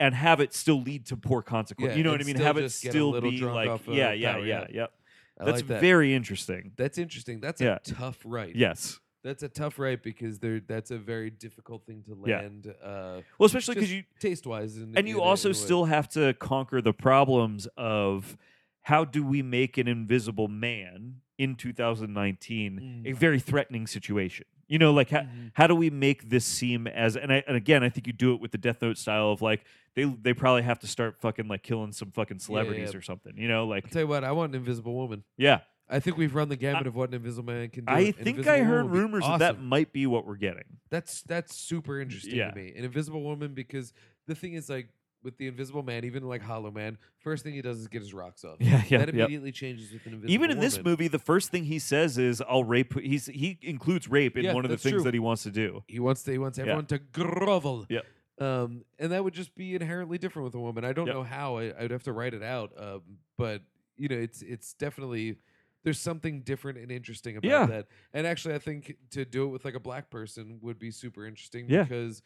And have it still lead to poor consequences. Yeah, you know and what I mean? still Have it just get a still little be drunk like, off of yeah, yeah, power, yeah, yeah. yep. I That's like that. very interesting. that's interesting. That's Yeah. a tough right. Yes. That's a tough right because there that's a very difficult thing to Yeah. land uh Well, especially because Just- you taste wise and and you also still have to conquer the problems of how do we make an invisible man in 2019 Mm. Mm. a very threatening situation You know, like how, Mm-hmm. how do we make this seem as and I, and again, I think you do it with the Death Note style of like they they probably have to start fucking like killing some fucking celebrities yeah. or something. You know, like I'll tell you what, I want an invisible woman. yeah. I think we've run the gamut of what an invisible man can do. I An think I Invisible heard Woman would be rumors awesome. that that might be what we're getting. That's that's super interesting Yeah. to me. An invisible woman because the thing is like with the invisible man, even like Hollow Man, first thing he does is get his rocks off. Yeah, (laughs) yeah, that yeah. immediately changes with an invisible Even in this woman. movie, the first thing he says is "I'll rape." He's he includes rape in Yeah, one of the that's things true. that he wants to do. He wants to, he wants everyone to grovel. Yep. Um, and that would just be inherently different with a woman. I don't Yep. know how. I, I'd have to write it out. Um, but you know, it's it's definitely there's something different and interesting about Yeah. that. And actually, I think to do it with like a black person would be super interesting Yeah. because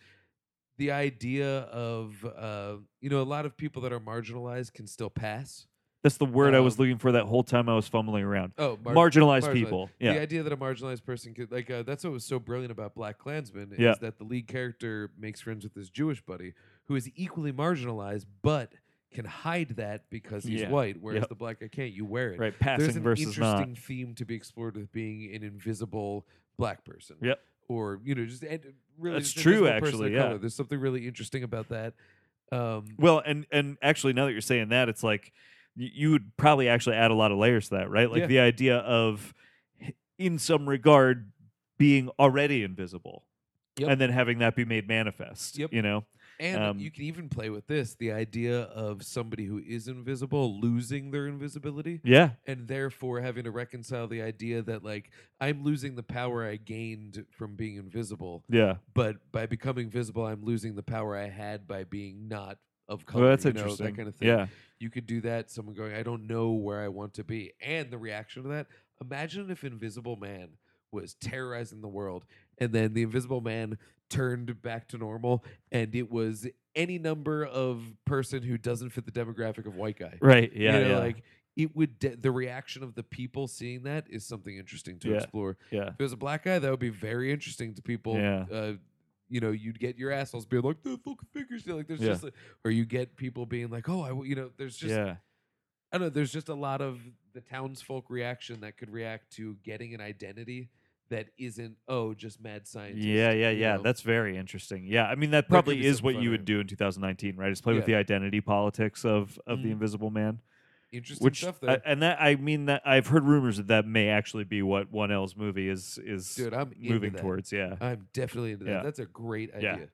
the idea of uh, you know a lot of people that are marginalized can still pass. That's the word I was Um, looking for that whole time I was fumbling around. Oh, mar- marginalized, marginalized. people. Yeah. The idea that a marginalized person could like uh, that's what was so brilliant about Black Klansman is Yeah. that the lead character makes friends with his Jewish buddy who is equally marginalized but can hide that because he's Yeah. white, whereas Yep. the black guy can't. You wear it. Right. There's Passing an versus not. interesting theme to be explored with being an invisible black person. Yep. Or you know just and uh, really That's just an true, invisible person of actually, yeah. color. There's something really interesting about that. Um, Well, and and actually, now that you're saying that, it's like y- you would probably actually add a lot of layers to that, right? Like Yeah. the idea of, h- in some regard, being already invisible, Yep. and then having that be made manifest. Yep. You know. And Um, you can even play with this the idea of somebody who is invisible losing their invisibility Yeah. and therefore having to reconcile the idea that, like, I'm losing the power I gained from being invisible, Yeah. but by becoming visible, I'm losing the power I had by being not of color. Well, that's you know, interesting. that kind of thing. Yeah. You could do that, someone going, I don't know where I want to be. And the reaction to that imagine if Invisible Man was terrorizing the world and then the Invisible Man turned back to normal and it was any number of person who doesn't fit the demographic of white guy. Right. Yeah. you know, yeah. like it would de- the reaction of the people seeing that is something interesting to Yeah. explore. yeah. If it was a black guy, that would be very interesting to people. Yeah. Uh, you know, you'd get your assholes being like, "The fucking figures," you know, like there's Yeah. just, like, or you get people being like, "Oh, I," w-" you know, there's just yeah. I don't know. There's just a lot of the townsfolk reaction that could react to getting an identity that isn't oh just mad scientist. Yeah, yeah, you yeah. know? That's very interesting. Yeah, I mean There that could probably be is something what fun you in would it. do in 2019, right? Is play with the Yeah. identity politics of of the Mhm. Invisible Man, interesting which stuff. I, There, and that I mean that I've heard rumors that that may actually be what One L's movie is is dude. I'm into moving that. towards. Yeah, I'm definitely into that. Yeah. That's a great Yeah. idea.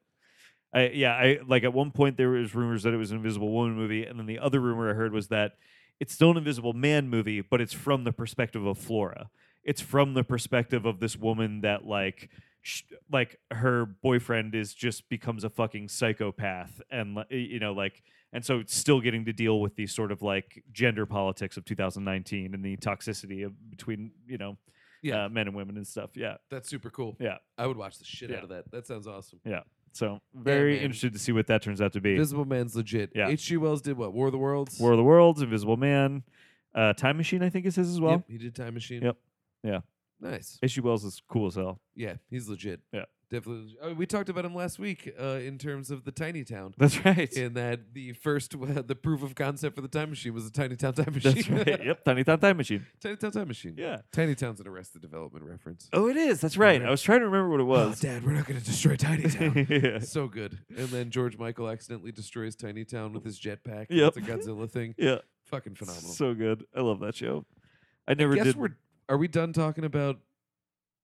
I, yeah. I like at one point there was rumors that it was an Invisible Woman movie, and then the other rumor I heard was that it's still an Invisible Man movie, but it's from the perspective of Flora. It's from the perspective of this woman that like. sh- Like her boyfriend is just becomes a fucking psychopath, and li- you know, like, and so it's still getting to deal with these sort of like gender politics of 2019 and the toxicity of between you know, Yeah. uh, men and women and stuff. Yeah, That's super cool. Yeah. I would watch the shit Yeah. out of that. That sounds awesome. so very man. interested to see what that turns out to be. Invisible Man's legit. Yeah. H.G. Wells did what? War of the Worlds. War of the Worlds, Invisible Man, uh, Time Machine, I think is his as well. Yep, he did Time Machine. Yep. Yeah. Nice. H.G. Wells is cool as hell. (laughs) Yeah, he's legit. Yeah. Definitely. Oh, we talked about him last week uh, in terms of the tiny town. That's right. in that the first (laughs) the proof of concept for the time machine was a tiny town time machine. That's right. Yep, Tiny Town Time Machine. (laughs) tiny town time machine. Yeah. Tiny town's an Arrested Development reference. Oh, it is. That's right. Yeah. I was trying to remember what it (laughs) Oh, was. Dad, we're not going to destroy (laughs) Tiny Town. yeah. so good. And then George Michael accidentally destroys Tiny Town with his jetpack. and (laughs) Yep. It's a Godzilla thing. yeah. Fucking phenomenal. So good. I love that show. I never Guess did we're are we done talking about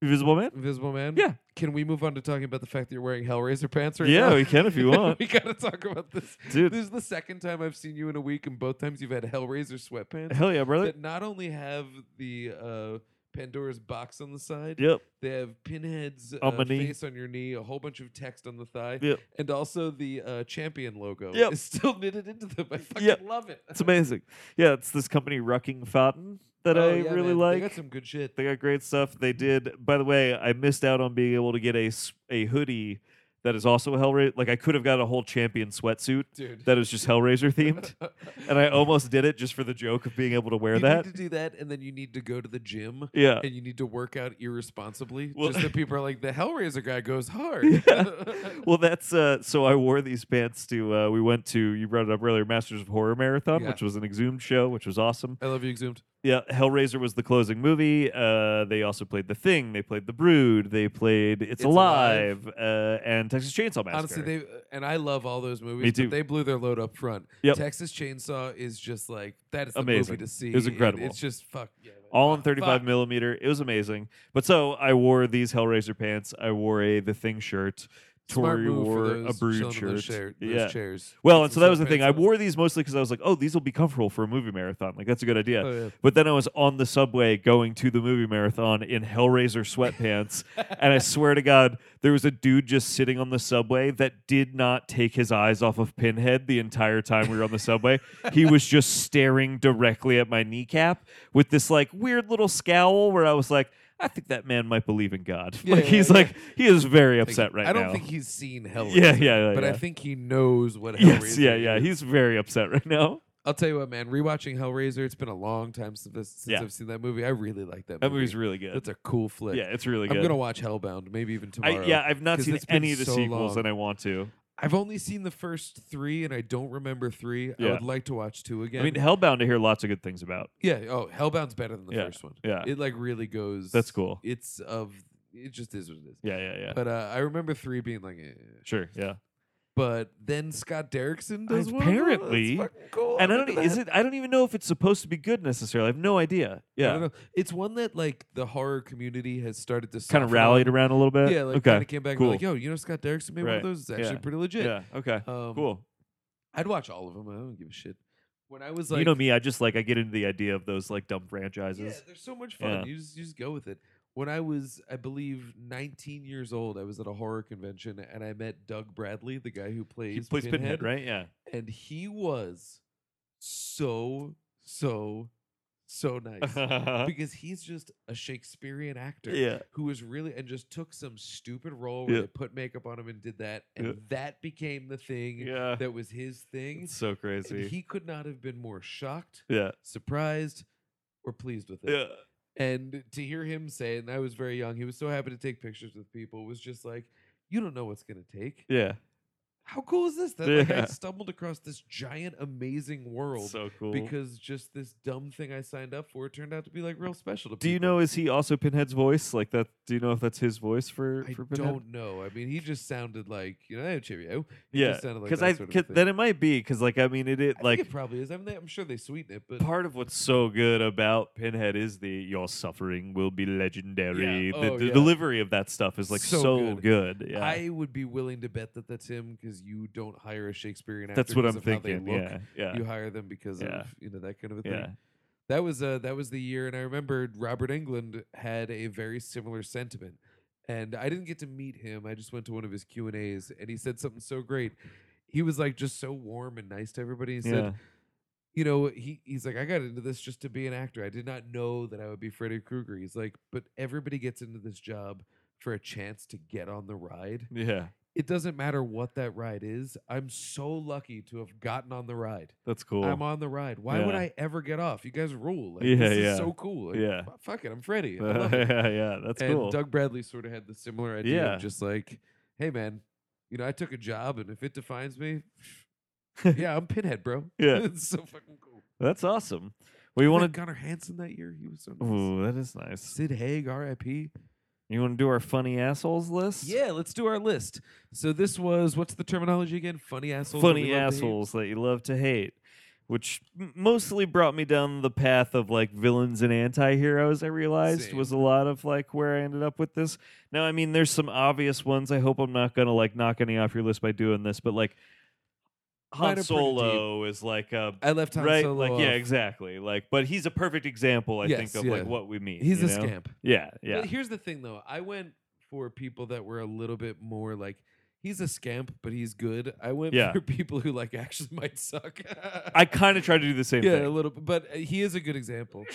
Invisible Man. Invisible Man? Yeah. Can we move on to talking about the fact that you're wearing Hellraiser pants right yeah, now? we can if you (laughs) want. (laughs) we gotta talk about this. Dude. This is the second time I've seen you in a week, and both times you've had Hellraiser sweatpants. Hell yeah, brother. that not only have the uh, Pandora's box on the side, Yep. they have pinheads On uh, my knee. face on your knee, a whole bunch of text on the thigh, Yep. and also the uh, champion logo Yep. is still knitted into them. I fucking Yep. love it. It's amazing. Yeah, it's this company Rucking Fountain that Oh, I yeah, really man. like. They got some good shit. They got great stuff. They did. By the way, I missed out on being able to get a s- a hoodie that is also a Hellraiser. Like I could have got a whole champion sweatsuit Dude. that is just Hellraiser (laughs) themed, and I almost did it just for the joke of being able to wear you that. need to do that, and then you need to go to the gym. yeah. And you need to work out irresponsibly. Well- just that people are like, the Hellraiser guy (laughs) goes hard. Well, that's uh, so. I wore these pants to. Uh, we went to. You brought it up earlier. Masters of Horror marathon, Yeah. which was an exhumed show, which was awesome. (laughs) I love you, Exhumed. Yeah, Hellraiser was the closing movie. Uh, they also played The Thing. They played The Brood. They played It's, It's Alive, Alive. uh, and Texas Chainsaw Massacre. Honestly, they and I love all those movies. Me but too. they blew their load up front. Yep. Texas Chainsaw is just like that is the Amazing. movie to see. It was and incredible. It's just fuck. Yeah, all in fuck, 35 fuck. millimeter. It was amazing. But so I wore these Hellraiser pants. I wore a The Thing shirt. Smart Tori move for wore those a Brood children in shirt. Those, chair- those yeah. chairs. Well, Put and so some that was the silk thing. pants I on. wore these mostly because I was like, oh, these will be comfortable for a movie marathon. Like, that's a good idea. Oh, yeah. But then I was on the subway going to the movie marathon in Hellraiser (laughs) sweatpants. and I swear to God, there was a dude just sitting on the subway that did not take his eyes off of Pinhead the entire time we were on the subway. he (laughs) was just staring directly at my kneecap with this like weird little scowl where I was like, I think that man might believe in God. Yeah, like, yeah, he's yeah. like, he is very Like, upset right I don't now. think (laughs) he's seen Hellraiser. Yeah, yeah, yeah, But I yeah. think he knows what Hellraiser. Yes, yeah, yeah. is. He's very upset right now. I'll tell you what, man. Rewatching Hellraiser, it's been a long time since, I've- since Yeah. I've seen that movie. I really like that. That movie. movie's really good. That's a cool flick. yeah, it's really I'm good. gonna watch Hellbound maybe even tomorrow. I, yeah, I've not 'cause seen it's been any of the so sequels, long. and I want to. I've only seen the first three, and I don't remember three. Yeah. I would like to watch two again. I mean, Hellbound, I hear lots of good things about. yeah. Oh, Hellbound's better than the Yeah, first one. yeah. It like really goes. That's cool. It's of. It just is what it is. Yeah, yeah, yeah. But uh, I remember three being like. eh. sure, yeah. But then Scott Derrickson does one. Apparently. That's fucking cool. And I I'm don't e-, into is that. it I don't even know if it's supposed to be good necessarily. I have no idea. I don't Yeah. know. It's one that like the horror community has started to Kind of soften rallied on. around a little bit. Yeah, like kind okay. of came back cool. and be like, yo, you know Scott Derrickson made one Right. of those? It's actually Yeah. pretty legit. yeah, okay. Um, cool. I'd watch all of them. I don't give a shit. When I was like, you know me, I just like I get into the idea of those like dumb yeah, franchises. they're so much fun. Yeah. You just you just go with it. When I was, I believe, 19 years old, I was at a horror convention and I met Doug Bradley, the guy who plays, he plays Pinhead, right? Yeah. And he was so so so (laughs) nice because he's just a Shakespearean actor. yeah. who was really and just took some stupid role where Yeah. they put makeup on him and did that, and Yeah. that became the thing Yeah. that was his thing. It's so And crazy. he could not have been more shocked, yeah. surprised, or pleased with it. Yeah. And to hear him say it, and I was very young, he was so happy to take pictures with people, was just like, you don't know what's gonna take. Yeah. How cool is this? That like Yeah. (laughs) I stumbled across this giant, amazing world So cool. because just this dumb thing I signed up for turned out to be like real special to do you people. know is he also Pinhead's voice? Like that do you know if that's his voice for, I for Pinhead? don't know. I mean, he just sounded like you know, hey, cheerio. He Yeah, just sounded like because that I sort of cause thing. then it might be because like I mean it, it I like think it probably is. I mean, they, I'm sure they sweeten it, but part of what's so good about Pinhead is the your suffering will be legendary. Yeah. The, Oh, the yeah. delivery of that stuff is like so, So good. Yeah, I would be willing to bet that that's him because you don't hire a Shakespearean actor. that's what 'cause I'm of how they thinking. look. Yeah, yeah, You hire them because Yeah. of you know that kind of a thing. yeah. That was uh that was the year, and I remember Robert England had a very similar sentiment. And I didn't get to meet him. I just went to one of his Q and A's, and he said something so great. He was like just so warm and nice to everybody. He said, yeah. you know, he, he's like, I got into this just to be an actor. I did not know that I would be Freddy Krueger. He's like, but everybody gets into this job for a chance to get on the ride. Yeah. It doesn't matter what that ride is. I'm so lucky to have gotten on the ride. That's cool. I'm on the ride. Why would Yeah. I ever get off? You guys rule. Like, Yeah, this is yeah. so cool. Like, Yeah. fu- Fuck it. I'm (laughs) Freddy. I love it. yeah, yeah, that's and cool. Doug Bradley sort of had the similar idea Yeah. of just like, hey, man, you know, I took a job, and if it defines me, (laughs) yeah, I'm Pinhead, bro. Yeah. (laughs) it's so fucking cool. that's awesome. Well, you Isn't want that Gunnar Hansen that year? He was so to? nice. Ooh, that is nice. Sid Haig, R.I.P. You want to do our funny assholes list? Yeah, let's do our list. So this was what's the terminology again? Funny assholes. that funny we love to hate? assholes that you love to hate which m- mostly brought me down the path of like villains and anti-heroes i realized Same. was a lot of like where i ended up with this now i mean there's some obvious ones i hope i'm not gonna like knock any off your list by doing this but like Mine are han pretty solo is like a I left (clears throat) Han right Solo. like yeah off. exactly like but he's a perfect example i Yes, think of like yeah. what we mean He's you a know? scamp. yeah yeah But here's the thing though. I went for people that were a little bit more like he's a scamp, but he's good. I went Yeah. for (laughs) people who like actually might suck. (laughs) i kind of try to do the same yeah, a thing little bit, but uh, he is a good example.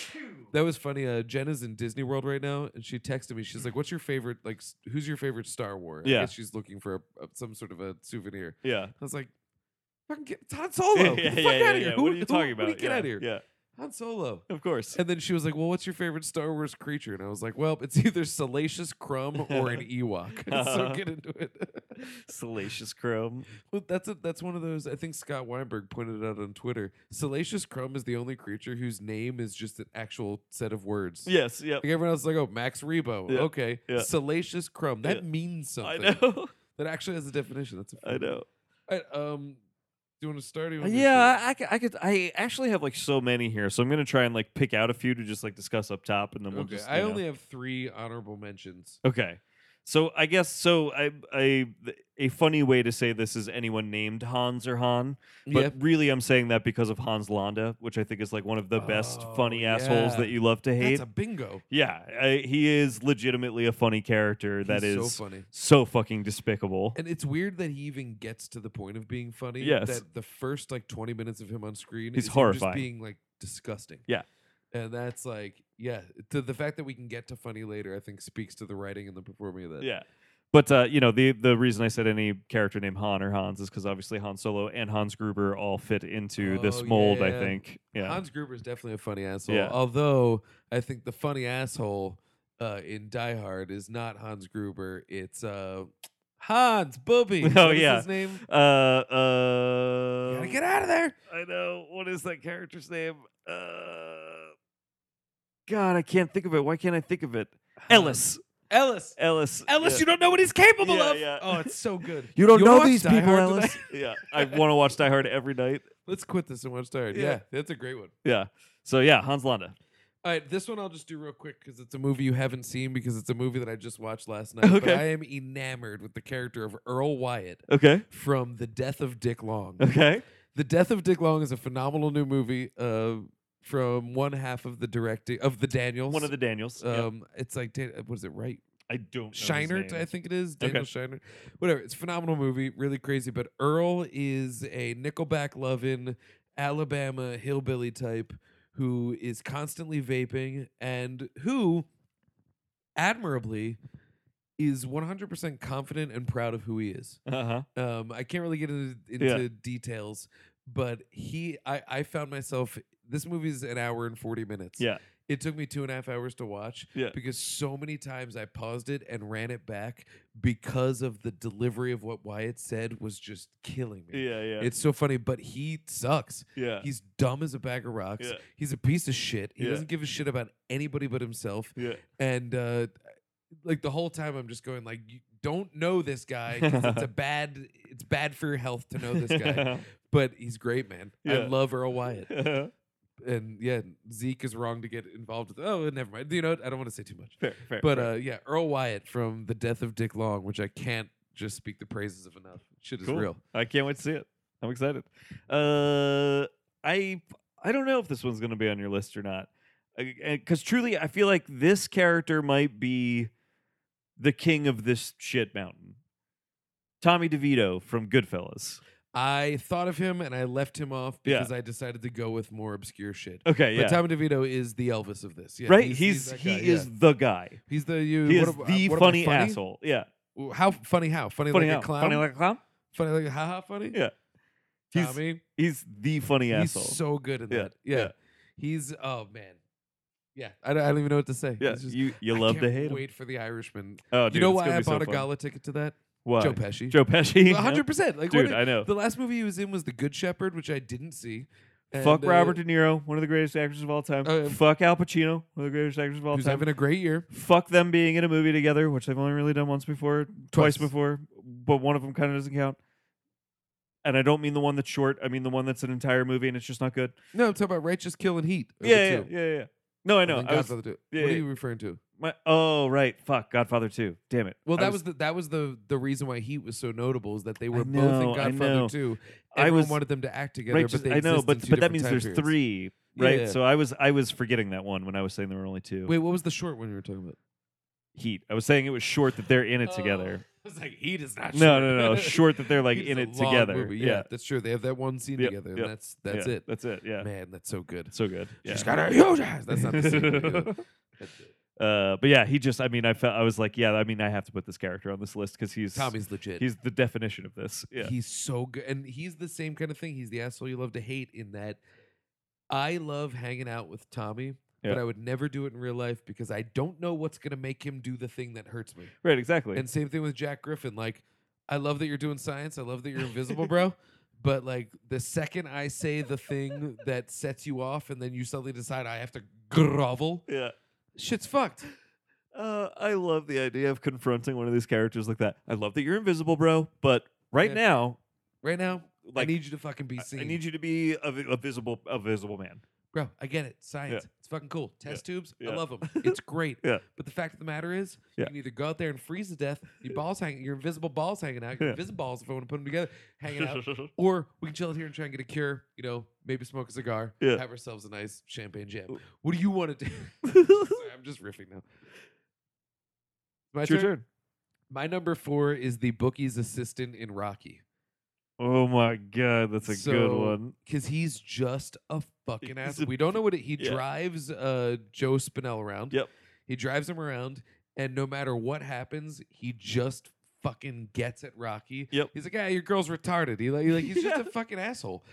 That was funny. Uh, Jenna's in Disney World right now, and she texted me. She's like, "What's your favorite? Like, s- who's your favorite Star Wars?" Yeah. I guess she's looking for a, a- some sort of a souvenir. yeah I was like, "Fucking get it's Han Solo! yeah, get the yeah, fuck yeah, out of (laughs) yeah. here! What Who- are you who- talking what do about? you Get yeah, out of here!" Yeah. Han Solo. Of course. And then she was like, "Well, what's your favorite Star Wars creature?" And I was like, "Well, it's (laughs) either Salacious Crumb or (laughs) an Ewok." (laughs) so Uh-huh. get into it. (laughs) Salacious Chrome. well, that's a, that's one of those. I think Scott Weinberg pointed it out on Twitter. Salacious Crumb is the only creature whose name is just an actual set of words. Yes. Yep. Like everyone else is like, "Oh, Max Rebo." Yeah, Okay, yeah. Salacious Crumb. That Yeah. means I something. know. (laughs) That actually has a definition. That's a I know. All right, um, do you want to start? Or you want me to Yeah, I, I could, I could. I actually have like so many here, so I'm gonna try and like pick out a few to just like discuss up top, and then start? okay. we'll just. I you know. only have three honorable mentions. Okay. So I guess so. I, I th- a funny way to say this is anyone named Hans or Han, but yeah. really I'm saying that because of Hans Landa, which I think is like one of the best Oh, funny assholes yeah. that you love to hate. That's a bingo. yeah, I, he is legitimately a funny character that He's is so funny. so fucking despicable. And it's weird that he even gets to the point of being funny. Yes. That the first like 20 minutes of him on screen He's is him horrifying. just being like disgusting. Yeah. And that's like, yeah, to the fact that we can get to funny later, I think speaks to the writing and the performing of that. Yeah. But uh, you know the the reason I said any character named Han or Hans is because obviously Han Solo and Hans Gruber all fit into this Oh, mold. I yeah. think. Yeah. Hans Gruber is definitely a funny asshole. Yeah. Although I think the funny asshole uh, in Die Hard is not Hans Gruber. It's uh, Hans Booby. (laughs) Oh, What is yeah. his name. uh, uh, Gotta get out of there. I know. What is that character's name? Uh, God, I can't think of it. Why can't I think of it? Ellis. Ellis. Ellis. Ellis, yeah. you don't know what he's capable Yeah, of. yeah. Oh, it's so good. (laughs) You don't You know watched these Die people, Hard today? Ellis. (laughs) yeah, I want to watch Die Hard every night. (laughs) Let's quit this and watch Die Hard. Yeah. Yeah. that's a great one. Yeah. So yeah, Hans Landa. All right, this one I'll just do real quick because it's a movie you haven't seen because it's a movie that I just watched last night. Okay. But I am enamored with the character of Earl Wyatt Okay. from The Death of Dick Long. Okay. The Death of Dick Long is a phenomenal new movie uh, from one half of the directing of the Daniels. One of the Daniels. Yeah. Um, it's like Dan- what is it? Right, I don't know his Shiner, name. I think it is Okay. Daniel Shiner. Whatever, it's a phenomenal movie, really crazy. But Earl is a Nickelback loving Alabama hillbilly type who is constantly vaping and who, admirably, is 100% confident and proud of who he is. Uh-huh. Um, I can't really get into, into Yeah. details, but he, I, I found myself. This movie's an hour and forty minutes. Yeah. it took me two and a half hours to watch. Yeah. because so many times I paused it and ran it back because of the delivery of what Wyatt said was just killing me. Yeah, yeah. It's so funny, but he sucks. yeah. He's dumb as a bag of rocks. Yeah. He's a piece of shit. He Yeah. doesn't give a shit about anybody but himself. Yeah. And uh, like the whole time, I'm just going like, you don't know this guy. 'cause it's (laughs) a bad. It's bad for your health to know (laughs) this guy. but he's great, man. Yeah. I love Earl Wyatt. And yeah, Zeke is wrong to get involved with. Oh, never mind. You know, what? I don't want to say too much. fair, fair. But fair. uh, yeah, Earl Wyatt from The Death of Dick Long, which I can't just speak the praises of enough. Shit is Cool. real. I can't wait to see it. I'm excited. Uh, I I don't know if this one's gonna be on your list or not, because truly, I feel like this character might be the king of this shit mountain. Tommy DeVito from Goodfellas. I thought of him and I left him off Yeah. because I decided to go with more obscure shit. Okay, yeah, But Tommy DeVito is the Elvis of this. Yeah, right. He's, that he guy, is yeah. the guy. he's the you. He what is ab- the what am I, funny, asshole. Yeah, Ooh, How funny? How funny? funny, like how- a clown. funny like a clown. funny like a haha funny. Yeah. He's Tommy, he's the funny he's asshole. so good in Yeah, that. Yeah. yeah. he's oh man, yeah. I don't, I don't even know what to say. yeah, It's just- you you I love can't to hate him. Wait for the Irishman. Oh, you dude, know it's why gonna I be so bought a fun. gala ticket to that? Why? Joe Pesci. Joe Pesci. One hundred percent. Like, what Dude, did- I know. the last movie he was in was The Good Shepherd, which I didn't see. And, Fuck uh, Robert De Niro, one of the greatest actors of all time. Oh, yeah. Fuck Al Pacino, one of the greatest actors of all who's time. having a great year. Fuck them being in a movie together, which they've only really done once before, Twice. twice, before, but one of them kind of doesn't count. And I don't mean the one that's short. I mean the one that's an entire movie and it's just not good. No, I'm talking about Righteous Kill and Heat. are the Yeah, yeah, two. yeah, yeah, yeah. No, I And know. then I was, Godfather two. yeah, what yeah. are you referring to? my, oh, right. Fuck Godfather 2. Damn it. Well, I that was, the that was the the reason why Heat was so notable is that they were both know, in I know. Godfather Two. I Everyone was- wanted them to act together, Right, just- but they I exist know, in but two but different that means time there's periods. three, Yeah, right? yeah. So I was I was forgetting that one when I was saying there were only two. Wait, what was the short one you were talking (laughs) about? Heat. I was saying it was short that they're in it together. I was like, Heat is not No, no, (laughs) no. Short that (laughs) they're like in it together. Yeah, that's true. They have that one scene Yep, together, yep, and that's that's yeah, it. That's it. Yeah. Man, that's so good. So good. Yeah. She's got a huge ass. That's not the scene. but, (laughs) yeah. uh, but yeah, he just. I mean, I felt. I was like, yeah. I mean, I have to put this character on this list because he's Tommy's legit. He's the definition of this. Yeah. He's so good, and he's the same kind of thing. He's the asshole you love to hate in that I love hanging out with Tommy, Yeah. but I would never do it in real life because I don't know what's going to make him do the thing that hurts me. Right, exactly. And same thing with Jack Griffin. Like, I love that you're doing science. I love that you're invisible, bro. But like the second I say the thing that sets you off, and then you suddenly decide I have to grovel, yeah. shit's fucked. Uh, I love the idea of confronting one of these characters like that. I love that you're invisible, bro, but right Yeah. now, Right now, like I need you to fucking be I- seen, I need you to be a, vi- a visible a visible man. bro. I get it. Science, it's fucking cool. Test tubes, Yeah. I (laughs) love them. It's great. Yeah. But the fact of the matter is, Yeah. you can either go out there and freeze to death, your balls hanging, your invisible balls hanging out, your Yeah. invisible balls if I want to put them together, hanging (laughs) out, Or we can chill out here and try and get a cure. You know, maybe smoke a cigar, Yeah. have ourselves a nice champagne jam. Ooh. What do you want to (laughs) do? (laughs) it's Sorry, I'm just riffing now. My your turn? turn. My number four is the bookie's assistant in Rocky Oh my god, that's a good So, one. because he's just a fucking He's ass. a- We don't know what it, he yeah. drives. Uh, Joe Spinell around. Yep. He drives him around, and no matter what happens, he just fucking gets at Rocky. Yep. He's like, ah, your girl's retarded. He like, like he's just (laughs) Yeah. a fucking asshole.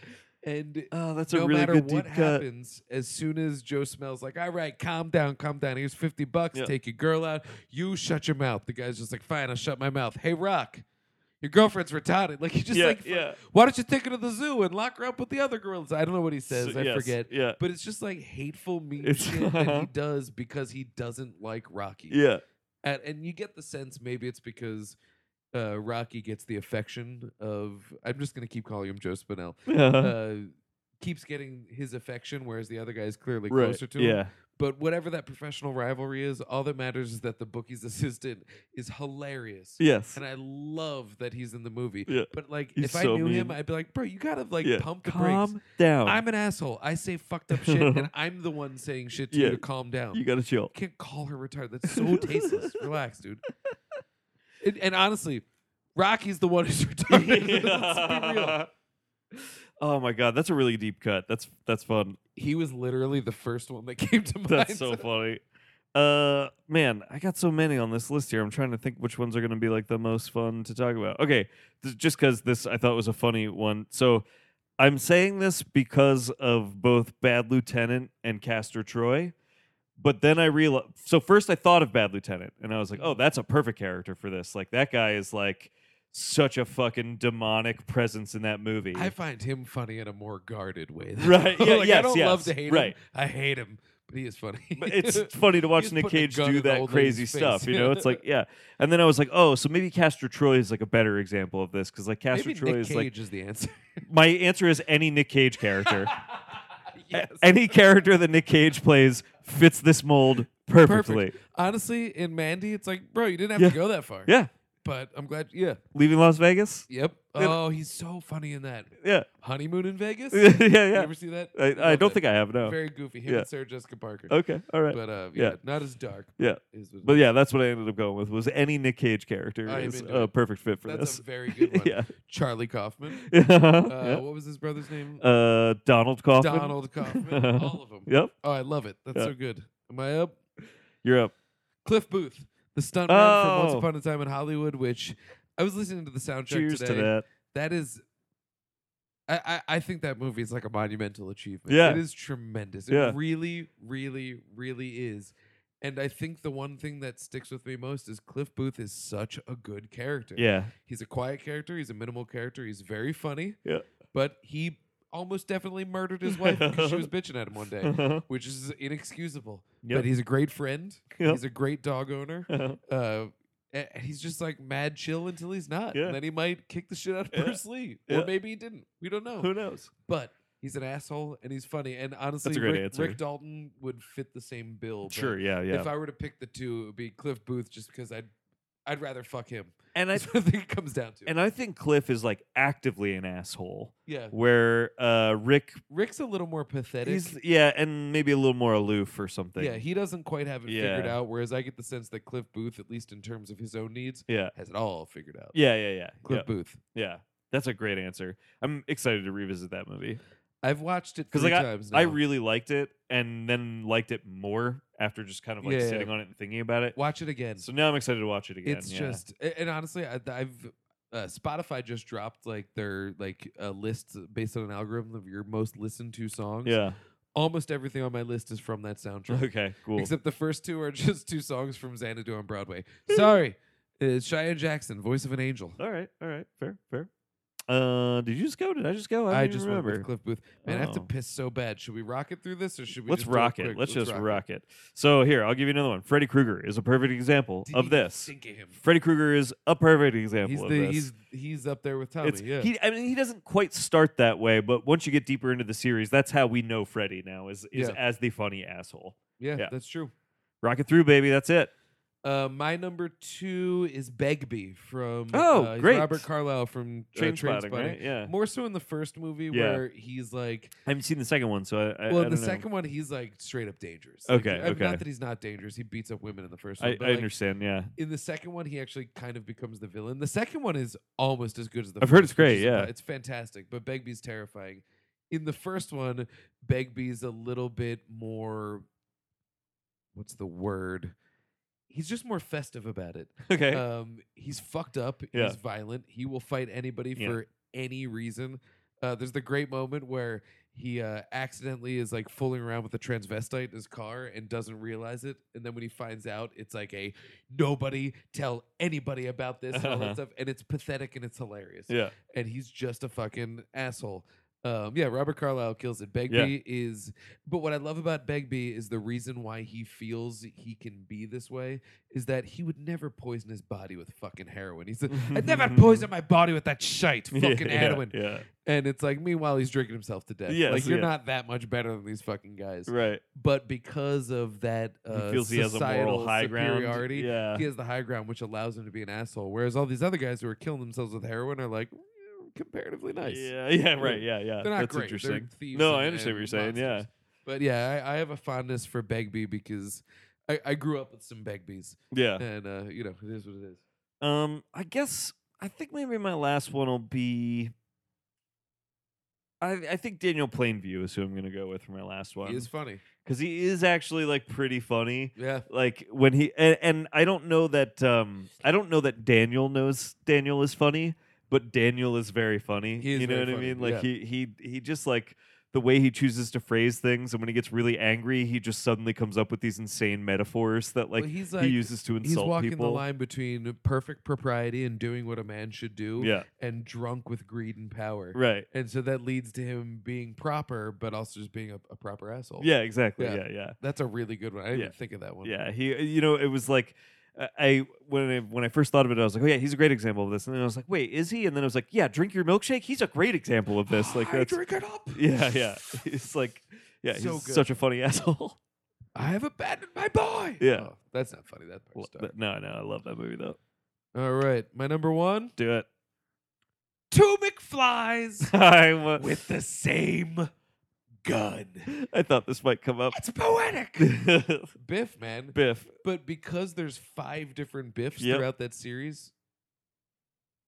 And Oh, that's uh, no a really matter good what deep cut. happens, as soon as Joe smells like, all right, calm down, calm down. Here's 50 bucks. Yeah. Take your girl out. You shut your mouth. The guy's just like, fine, I'll shut my mouth. Hey, Rock, your girlfriend's retarded. Like, he's just yeah, like, yeah. why don't you take her to the zoo and lock her up with the other gorillas? I don't know what he says. So- I yes, forget. Yeah. But it's just like hateful, mean It's- shit that (laughs) uh-huh. he does because he doesn't like Rocky. (laughs) Yeah. And, and you get the sense maybe it's because uh, Rocky gets the affection of, I'm just going to keep calling him Joe Spinell Uh-huh. uh, keeps getting his affection, whereas the other guy is clearly right. closer to him. yeah. But whatever that professional rivalry is, all that matters is that the bookie's (laughs) assistant is hilarious. Yes. And I love that he's in the movie. Yeah. But like, He's if I so knew him, mean. I'd be like, bro, you gotta like Yeah. pump the brakes. Calm down. I'm an asshole. I say fucked up shit, (laughs) and I'm the one saying shit to Yeah. you to calm down. you (laughs) gotta chill. You can't call her retarded. That's (laughs) so tasteless. Relax, dude. And, and honestly, Rocky's the one (laughs) who's (laughs) retarded. Let's be real. Oh my god, that's a really deep cut. That's that's fun. he was literally the first one that came (laughs) to mind. That's so funny. Uh man, I got so many on this list here. I'm trying to think which ones are going to be like the most fun to talk about. Okay, this, just cuz this I thought was a funny one. So, I'm saying this because of both Bad Lieutenant and Castor Troy. But then I realized so first I thought of Bad Lieutenant and I was like, "Oh, that's a perfect character for this. Like that guy is like such a fucking demonic presence in that movie." I find him funny in a more guarded way. though. (laughs) Right, yeah, like, I yes, don't love yes, to hate right. him. I hate him, but he is funny. But (laughs) it's funny to watch He's Nick putting a Cage gun do in the that old crazy lady's stuff. face. You know, it's like yeah. And then I was like, oh, so maybe Castor Troy is like a better example of this because like Castor Maybe Troy Nick is Cage like is the answer. my answer is any Nick (laughs) Cage character, A- yes. any character that Nick Cage plays fits this mold perfectly. Perfect. Honestly, in Mandy, it's like, bro, you didn't have Yeah. to go that far. Yeah, But I'm glad. Yeah. leaving Las Vegas. Yep. Yeah. Oh, he's so funny in that Yeah, honeymoon in Vegas. (laughs) yeah, You yeah. ever see that? I, I love don't that. think I have no. Very goofy. Him Yeah. and Sarah Jessica Parker. Okay, all right. But uh, Yeah. yeah, not as dark. Yeah. is what- But yeah, that's what I ended up going with was any Nick Cage character I'm is into a it. perfect fit for That's a this. very (laughs) good one. yeah. Charlie (laughs) Kaufman. Uh, yeah. What was his brother's name? Uh, Donald Kaufman. Donald (laughs) Kaufman. All of them. Yep, Oh, I love it. That's Yeah. so good. Am I up? you're up. Cliff Booth, the stuntman from Once Oh. Upon a Time in Hollywood, which I was listening to the soundtrack Cheers today. to that. That is. I, I, I think that movie is like a monumental achievement. Yeah. It is tremendous. It Yeah. really, really, really is. And I think the one thing that sticks with me most is Cliff Booth is such a good character. Yeah. He's a quiet character. He's a minimal character. He's very funny. Yeah. But he almost definitely murdered his (laughs) wife because she was bitching at him one day, which is inexcusable. But he's a great friend. Yep. He's a great dog owner. yeah. Uh, and he's just like mad chill until he's not. Yeah. And then he might kick the shit out of Yeah. Bruce Lee. Yeah. Or maybe he didn't. We don't know. (laughs) Who knows? But he's an asshole and he's funny. And honestly, a great Rick, answer. Rick Dalton would fit the same bill. but Sure. Yeah. Yeah. If I were to pick the two, it would be Cliff Booth just because I'd, I'd rather fuck him. and I (laughs) That's what I think it comes down to. and I think Cliff is like actively an asshole, yeah. where uh Rick Rick's a little more pathetic. he's yeah, and maybe a little more aloof or something. yeah, he doesn't quite have it figured Yeah. out. Whereas I get the sense that Cliff Booth, at least in terms of his own needs, yeah. has it all figured out. Yeah. Yeah. Yeah. Cliff yeah. Booth. yeah. That's a great answer. I'm excited to revisit that movie I've watched it because three like I, times now. I really liked it, and then liked it more after just kind of like Yeah, yeah. sitting on it and thinking about it. watch it again. So now I'm excited to watch it again. it's yeah. just, a- and honestly, I, I've uh, Spotify just (laughs) dropped like their like a list based on an algorithm of your most listened to songs. yeah. almost everything on my list is from that soundtrack. Okay, cool. Except the first two are (laughs) just two songs from Xanadu on Broadway. Sorry. It's Shia Jackson, voice of an angel. all right, all right, fair, fair. Uh, did you just go? Did I just go? I, don't I even just went remember. with Cliff Booth. Man, I have to Oh. piss so bad. Should we rock it through this or should we Let's just do it rock it. quick? Let's, just rock, it. So here, I'll give you another one. Freddy Krueger is a perfect example Did of he this. sink at him? Freddy Krueger is a perfect example He's of the this. he's he's up there with Tommy. it's, yeah. he, I mean, he doesn't quite start that way, but once you get deeper into the series, that's how we know Freddy now is is Yeah. as the funny asshole. yeah, yeah. that's true. Rock it through, baby. That's it. Uh, my number two is Begbie from Oh, uh, he's great. Robert Carlyle from uh, Train Trainspotting. spotting, right? Yeah. More so in the first movie Yeah. where he's like, I haven't seen the second one, so I, I well, I in the don't know. second one he's like straight up dangerous. Like, Okay, I mean, okay. Not that he's not dangerous. He beats up women in the first I, one. I but, like, understand. Yeah, (laughs) in the second one, he actually kind of becomes the villain. The second one is almost as good as the. I've heard first, it's great, which is, uh, yeah. it's fantastic. But Begbie's terrifying. In the first one, Begbie's a little bit more. What's the word? He's just more festive about it. okay. Um, he's fucked up. Yeah. He's violent. He will fight anybody Yeah. for any reason. Uh, there's the great moment where he uh, accidentally is like fooling around with a transvestite in his car and doesn't realize it. And then when he finds out, it's like a nobody tell anybody about this and all Uh-huh. that stuff. And it's pathetic and it's hilarious. yeah, And he's just a fucking asshole. Um, yeah, Robert Carlyle kills it. Begbie is, but what I love about Begbie is the reason why he feels he can be this way is that he would never poison his body with fucking heroin. He's like, (laughs) I (laughs) never poison my body with that shite, Yeah, fucking yeah, heroin. Yeah, And it's like, meanwhile, he's drinking himself to death. Yes, like you're yeah. not that much better than these fucking guys. right. But because of that, uh, he feels he has a moral societal high ground. superiority, Yeah, he has the high ground, which allows him to be an asshole. Whereas all these other guys who are killing themselves with heroin are like comparatively nice. Yeah, yeah, right. Yeah, yeah. They're not great. That's They're interesting. thieves no, and- I understand what you're and saying. Yeah. monsters. But yeah, I, I have a fondness for Begbie because I, I grew up with some Begbies, Yeah. and uh, you know, it is what it is. Um, I guess I think maybe my last one will be. I I think Daniel Plainview is who I'm gonna go with for my last one He is funny. because he is actually like pretty funny. Yeah. Like when he and, and I don't know that um I don't know that Daniel knows Daniel is funny, but Daniel is very funny. He is you know very what funny, I mean? Like yeah. he he he just like the way he chooses to phrase things and when he gets really angry, he just suddenly comes up with these insane metaphors that like, Well, he's he like- uses to He's insult walking people. the line between perfect propriety and doing what a man should do Yeah, and drunk with greed and power. right. And so that leads to him being proper, but also just being a, a proper asshole. Yeah, exactly. Yeah, Yeah. yeah, yeah. That's a really good one. I didn't Yeah. think of that one. He, you know, it was like uh, I when I when I first thought of it, I was like, oh yeah, he's a great example of this. And then I was like, wait, is he? And then I was like, yeah, drink your milkshake. He's a great example of this. Like I that's drink it up. (laughs) yeah, yeah. It's like yeah, So he's good. such a funny (laughs) asshole. I have abandoned my boy. Yeah. Oh, that's not funny. That part's dark. no, no, I love that movie though. All right. My number one Do it. (laughs) two McFlies I'm, uh, with the same gun. I thought this might come up. (laughs) It's poetic. Biff, man. Biff, But because there's five different Biffs Yep. throughout that series,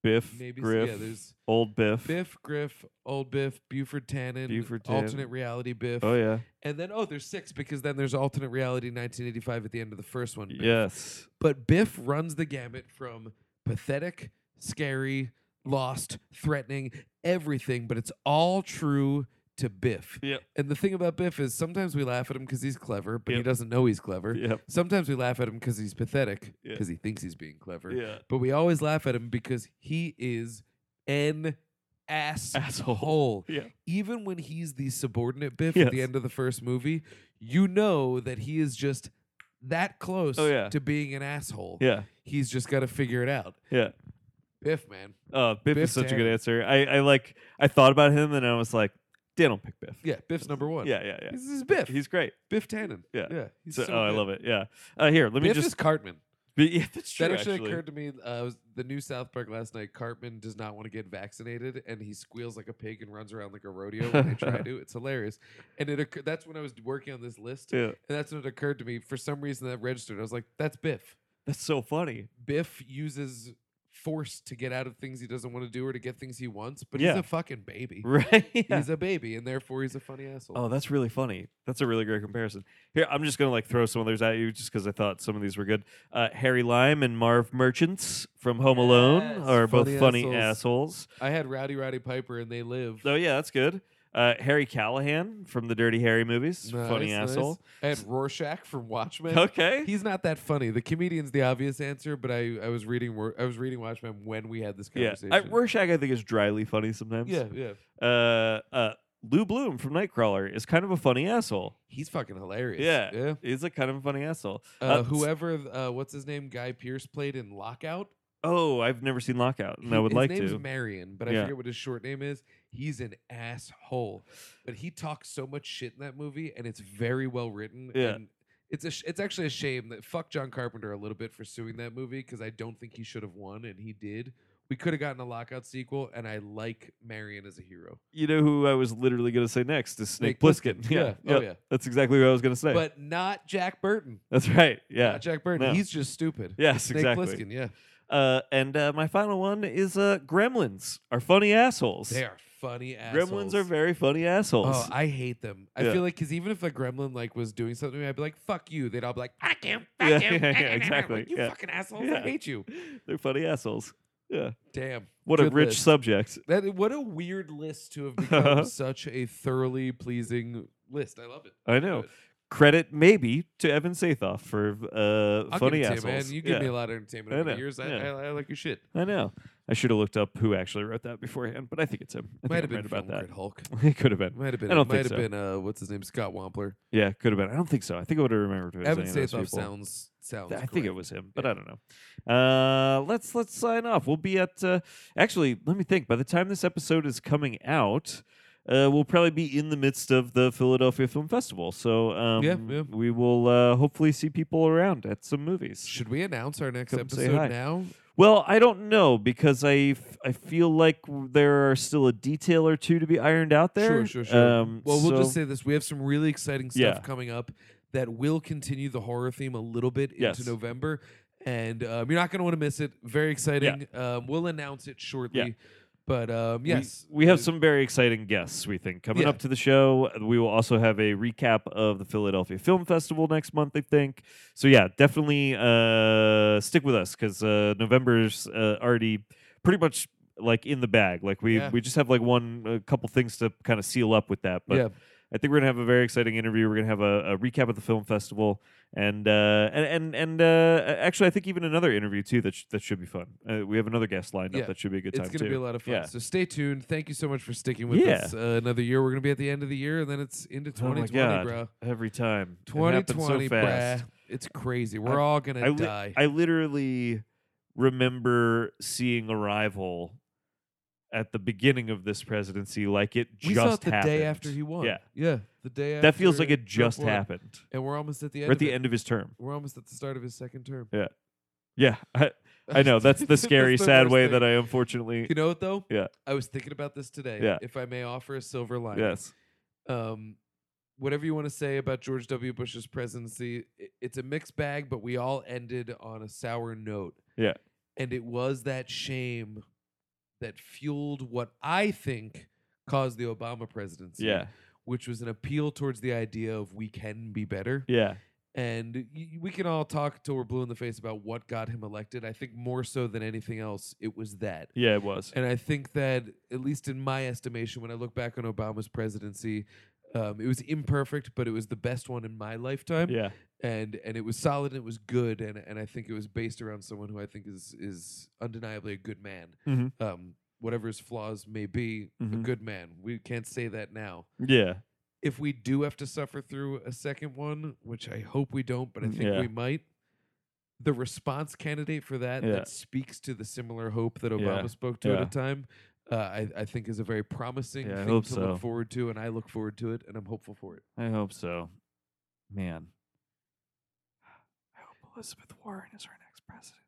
Biff, maybe s- Griff, yeah, there's old Biff. Biff, Griff, Old Biff, Buford Tannen, Buford alternate Tannen. reality Biff, Oh yeah. and then oh, there's six because then there's alternate reality 1985 at the end of the first one. Biff. Yes. but Biff runs the gamut from pathetic, scary, lost, threatening, everything, but it's all true to Biff. Yep. And the thing about Biff is sometimes we laugh at him because he's clever, but he Yep. doesn't know he's clever. Yep. Sometimes we laugh at him because he's pathetic, Yeah. because he thinks he's being clever. Yeah. But we always laugh at him because he is an asshole. Yeah. Even when he's the subordinate Biff at the Yes. end of the first movie, you know that he is just that close Oh, yeah. to being an asshole. Yeah. He's just got to figure it out. Yeah. Biff, man. Uh, Biff, Biff's is such a good Tannen. answer. I, I like. I thought about him and I was like, Dan will pick Biff. Yeah, Biff's number one. yeah, yeah, yeah. This is Biff. He's great. Biff Tannen. Yeah. Yeah. He's So, so oh, I good. love it. Yeah. Uh, here, let me Biff just. is Cartman. (laughs) yeah, that's true. That actually, occurred to me. Uh, was the new South Park last night. Cartman does not want to get vaccinated, and he squeals like a pig and runs around like a rodeo when they (laughs) try to. It's hilarious. And it occur- that's when I was working on this list, Yeah. and that's when it occurred to me. For some reason, that registered. I was like, "That's Biff. That's (laughs) so funny. (laughs) Biff uses force to get out of things he doesn't want to do or to get things he wants, but Yeah. he's a fucking baby. Right. Yeah. He's a baby, and therefore he's a funny asshole. Oh, that's really funny. That's a really great comparison. Here, I'm just gonna like throw some others at you just because I thought some of these were good. Uh, Harry Lime and Marv Merchants from Home Alone Yes, are both funny funny assholes. assholes. I had Rowdy Rowdy Piper, and they live. Oh yeah, that's good. Uh, Harry Callahan from the Dirty Harry movies, funny Nice, nice. asshole. And Rorschach from Watchmen. (laughs) Okay, He's not that funny. The comedian's the obvious answer, but I, I was reading Wor- I was reading Watchmen when we had this yeah. conversation. I, Rorschach, I think, is dryly funny sometimes. yeah, yeah. Uh, uh, Lou Bloom from Nightcrawler is kind of a funny asshole. He's fucking hilarious. Yeah, yeah. he's a kind of a funny asshole. Uh, Uh, s- whoever, uh, what's his name? Guy Pierce played in Lockout. Oh, I've never seen Lockout, and I He- would his like name's to. Marion, but I Yeah. forget what his short name is. He's an asshole, but he talks so much shit in that movie, and it's very well written. Yeah. And it's a sh- it's actually a shame that fuck John Carpenter a little bit for suing that movie because I don't think he should have won, and he did. We could have gotten a lockout sequel, and I like Marion as a hero. you know who I was literally going to say next is Snake, Plissken. Plissken. (laughs) Yeah, yeah, oh yeah, yeah, that's exactly what I was going to say. but not Jack Burton. that's right. Yeah. Not Jack Burton. No. He's just stupid. Yes, Snake exactly. Plissken. Yeah, Uh, and uh, my final one is uh, Gremlins are funny assholes. they are funny assholes. Gremlins are very funny assholes. Oh, I hate them. I Yeah. feel like because even if a gremlin like was doing something to me, I'd be like, "Fuck you!" They'd all be like, "Fuck you!" Fuck (laughs) Yeah, you, yeah, fuck yeah, you," like, exactly, You yeah. fucking assholes! I Yeah. hate you. (laughs) They're funny assholes. Yeah. Damn. What a Good rich list. subject. That what a weird list to (laughs) have become such a thoroughly pleasing list. I love it. I Love know. it. Credit maybe to Evan Sathoff for uh, I'll funny give it to assholes. you, man. You give Yeah. me a lot of entertainment I over the know, years. I, yeah. I, I like your shit. I know. I should have looked up who actually wrote that beforehand, but I think it's him. I Might have think been I'm right Film about Crit Hulk. that. (laughs) It could have been. Might have been. I don't might think have so. been. Uh, what's his name? Scott Wampler. Yeah, could have been. I don't think so. I think I would have remembered if it was Evan any of those Sathoff people. sounds sounds. I think it correct. was him, but Yeah. I don't know. Uh, let's let's sign off. We'll be at uh, actually. Let me think. By the time this episode is coming out, uh, we'll probably be in the midst of the Philadelphia Film Festival. So um, Yeah, yeah. we will uh, hopefully see people around at some movies. Should we announce our next Come say hi. episode now? Well, I don't know because I f- I feel like there are still a detail or two to be ironed out there. Sure, sure, sure. Um, well, we'll just so- say this: we have some really exciting stuff Yeah. coming up that will continue the horror theme a little bit Yes. into November, and um, you're not going to want to miss it. Very exciting. Um, we'll announce it shortly. But um, We- yes, we, have uh, some very exciting guests. We think coming Yeah. up to the show, we will also have a recap of the Philadelphia Film Festival next month. I think so. Yeah, definitely uh, stick with us because uh, November's uh, already pretty much like in the bag. Like we Yeah. we just have like one a couple things to kind of seal up with that. But yeah, I think we're gonna have a very exciting interview. We're gonna have a, a recap of the film festival, and uh, and and, and uh, actually, I think even another interview too that sh- that should be fun. Uh, we have another guest lined Yeah. up that should be a good time it's going to too. be a lot of fun. Yeah. So stay tuned. Thank you so much for sticking with Yeah. us uh, another year. We're going to be at the end of the year, and then it's into Oh my 2020, God. bro. Every time. It happens 2020, so fast. bruh. It's crazy. We're all going I to li- die. I literally remember seeing Arrival at the beginning of this presidency, like it we just saw it the happened. day after he won. Yeah. yeah. The day That feels after like Trump it just won. happened. And we're almost at the end. We're at of the it. end of his term. We're almost at the start of his second term. Yeah, (laughs) I, (laughs) I know. That's (laughs) the scary, sad worst way thing. that I unfortunately. You know what though? Yeah. I was thinking about this today. Yeah. If I may offer a silver lining. Yes. Um, whatever you want to say about George W. Bush's presidency, i- it's a mixed bag, but we all ended on a sour note. Yeah. And it was that shame that fueled what I think caused the Obama presidency. Yeah. Which was an appeal towards the idea of we can be better. Yeah. and y- y- we can all talk till we're blue in the face about what got him elected. I think more so than anything else, it was that. Yeah, it was. And I think that, at least in my estimation, when I look back on Obama's presidency, um, it was imperfect, but it was the best one in my lifetime, Yeah. and and it was solid and it was good, and and I think it was based around someone who I think is is undeniably a good man, Mhm. um, whatever his flaws may be, a Mhm. good man. We can't say that now Yeah. if we do have to suffer through a second one, which I hope we don't, but I think Mm, Yeah. we might, the response candidate for that Yeah. that speaks to the similar hope that Yeah. Obama spoke to Yeah. at a time, uh, I, I think is a very promising Yeah, I thing hope to look so. forward to, and I look forward to it, and I'm hopeful for it. I hope so. Man. I hope Elizabeth Warren is our next president.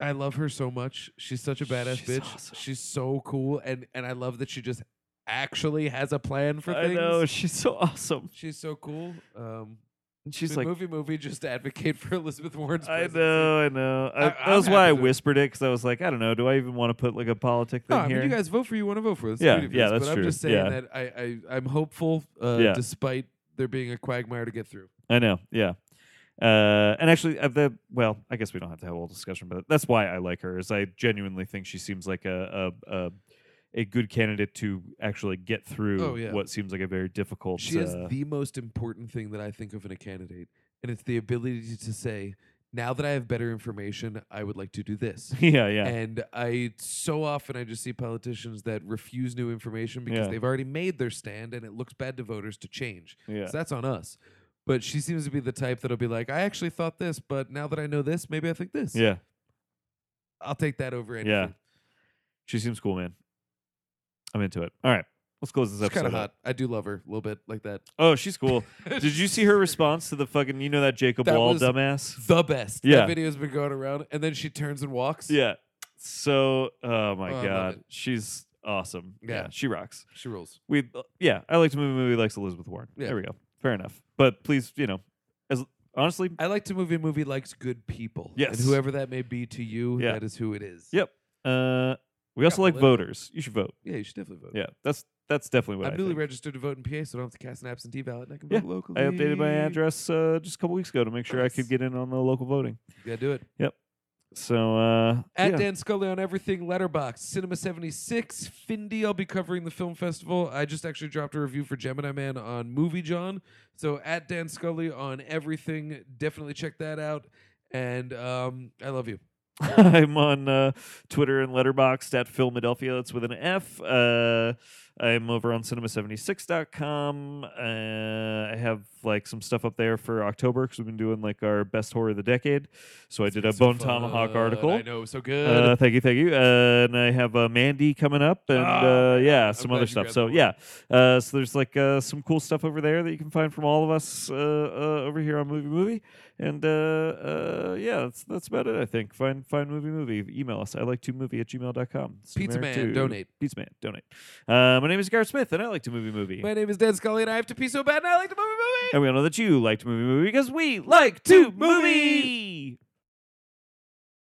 I love her so much. She's such a badass She's bitch. awesome. She's so cool, and and I love that she just actually has a plan for I things. know. She's so awesome. She's so cool. Um, And she's the like, movie, movie, just advocate for (laughs) Elizabeth Warren's. I presidency. know, I know. I, I- that I'm was why happy I to- whispered it because I was like, I don't know. Do I even want to put like a politic No, thing I mean, here? you guys vote for you want to vote for. That's the Yeah, beauty of yeah, this, that's But true. I'm just saying Yeah. that I, I I'm hopeful, uh, Yeah. despite there being a quagmire to get through. I know. Yeah. Uh, and actually, uh, the well, I guess we don't have to have a whole discussion, but that's why I like her. Is I genuinely think she seems like a a, a good candidate to actually get through Oh, yeah. what seems like a very difficult. She has uh, the most important thing that I think of in a candidate, and it's the ability to say, "Now that I have better information, I would like to do this." (laughs) yeah, yeah, And I so often I just see politicians that refuse new information because Yeah. they've already made their stand and it looks bad to voters to change. yeah. So that's on us. But she seems to be the type that'll be like, I actually thought this, but now that I know this, maybe I think this. yeah. I'll take that over anything. Yeah. She seems cool, man. I'm into it. All right, let's close this She's kind episode. of up. hot. I do love her a little bit like that. Oh, (laughs) she's cool. Did you see her response to the fucking? You know that Jacob That Wall was- dumbass? The best. Yeah. That video's been going around. And then she turns and walks. Yeah. So, oh my Oh, I love god, it. she's awesome. Yeah. Yeah. she rocks. She rules. We, yeah, I liked a movie. Movie likes Elizabeth Warren. Yeah. There we go. Fair enough. But please, you know, as honestly, I like to movie. Movie likes good people. Yes. And whoever that may be to you, Yeah. that is who it is. Yeah. uh, we also like Literally. voters. You should vote. Yeah, you should definitely vote. Yeah, that's that's definitely what I'm I newly think. registered to vote in PA, so I don't have to cast an absentee ballot. And I can Yeah, vote locally. I updated my address uh, just a couple weeks ago to make sure I could Nice. get in on the local voting. Yeah, do it. So, uh, At yeah. Dan Scully on everything, Letterbox, Cinema 76, Findy. I'll be covering the film festival. I just actually dropped a review for Gemini Man on Movie John. So at Dan Scully on everything, definitely check that out. And um, I love you. (laughs) I'm on uh, Twitter and Letterboxd at Philadelphia. That's with an F. Uh, I'm over on cinema76.com. Uh, I have like some stuff up there for October because we've been doing like our best horror of the decade. So I did a So Bone fun. Tomahawk I article. know, it was so good. Uh, thank you, thank you. Uh, and I have uh, Mandy coming up, and Ah, uh, yeah, I'm some glad other you stuff. grabbed So that yeah, uh, so there's like uh, some cool stuff over there that you can find from all of us uh, uh, over here on Movie Movie. And uh, uh, yeah, that's that's about it. I think find find Movie Movie. Email us. I like to movie at gmail.com. Pizza Man, donate. Pizza Man, donate. Uh, my name is Garrett Smith, and I like to movie movie. my name is Dan Scully, and I have to pee so bad, and I like the movie movie. and we all know that you like to movie movie because we like to movie.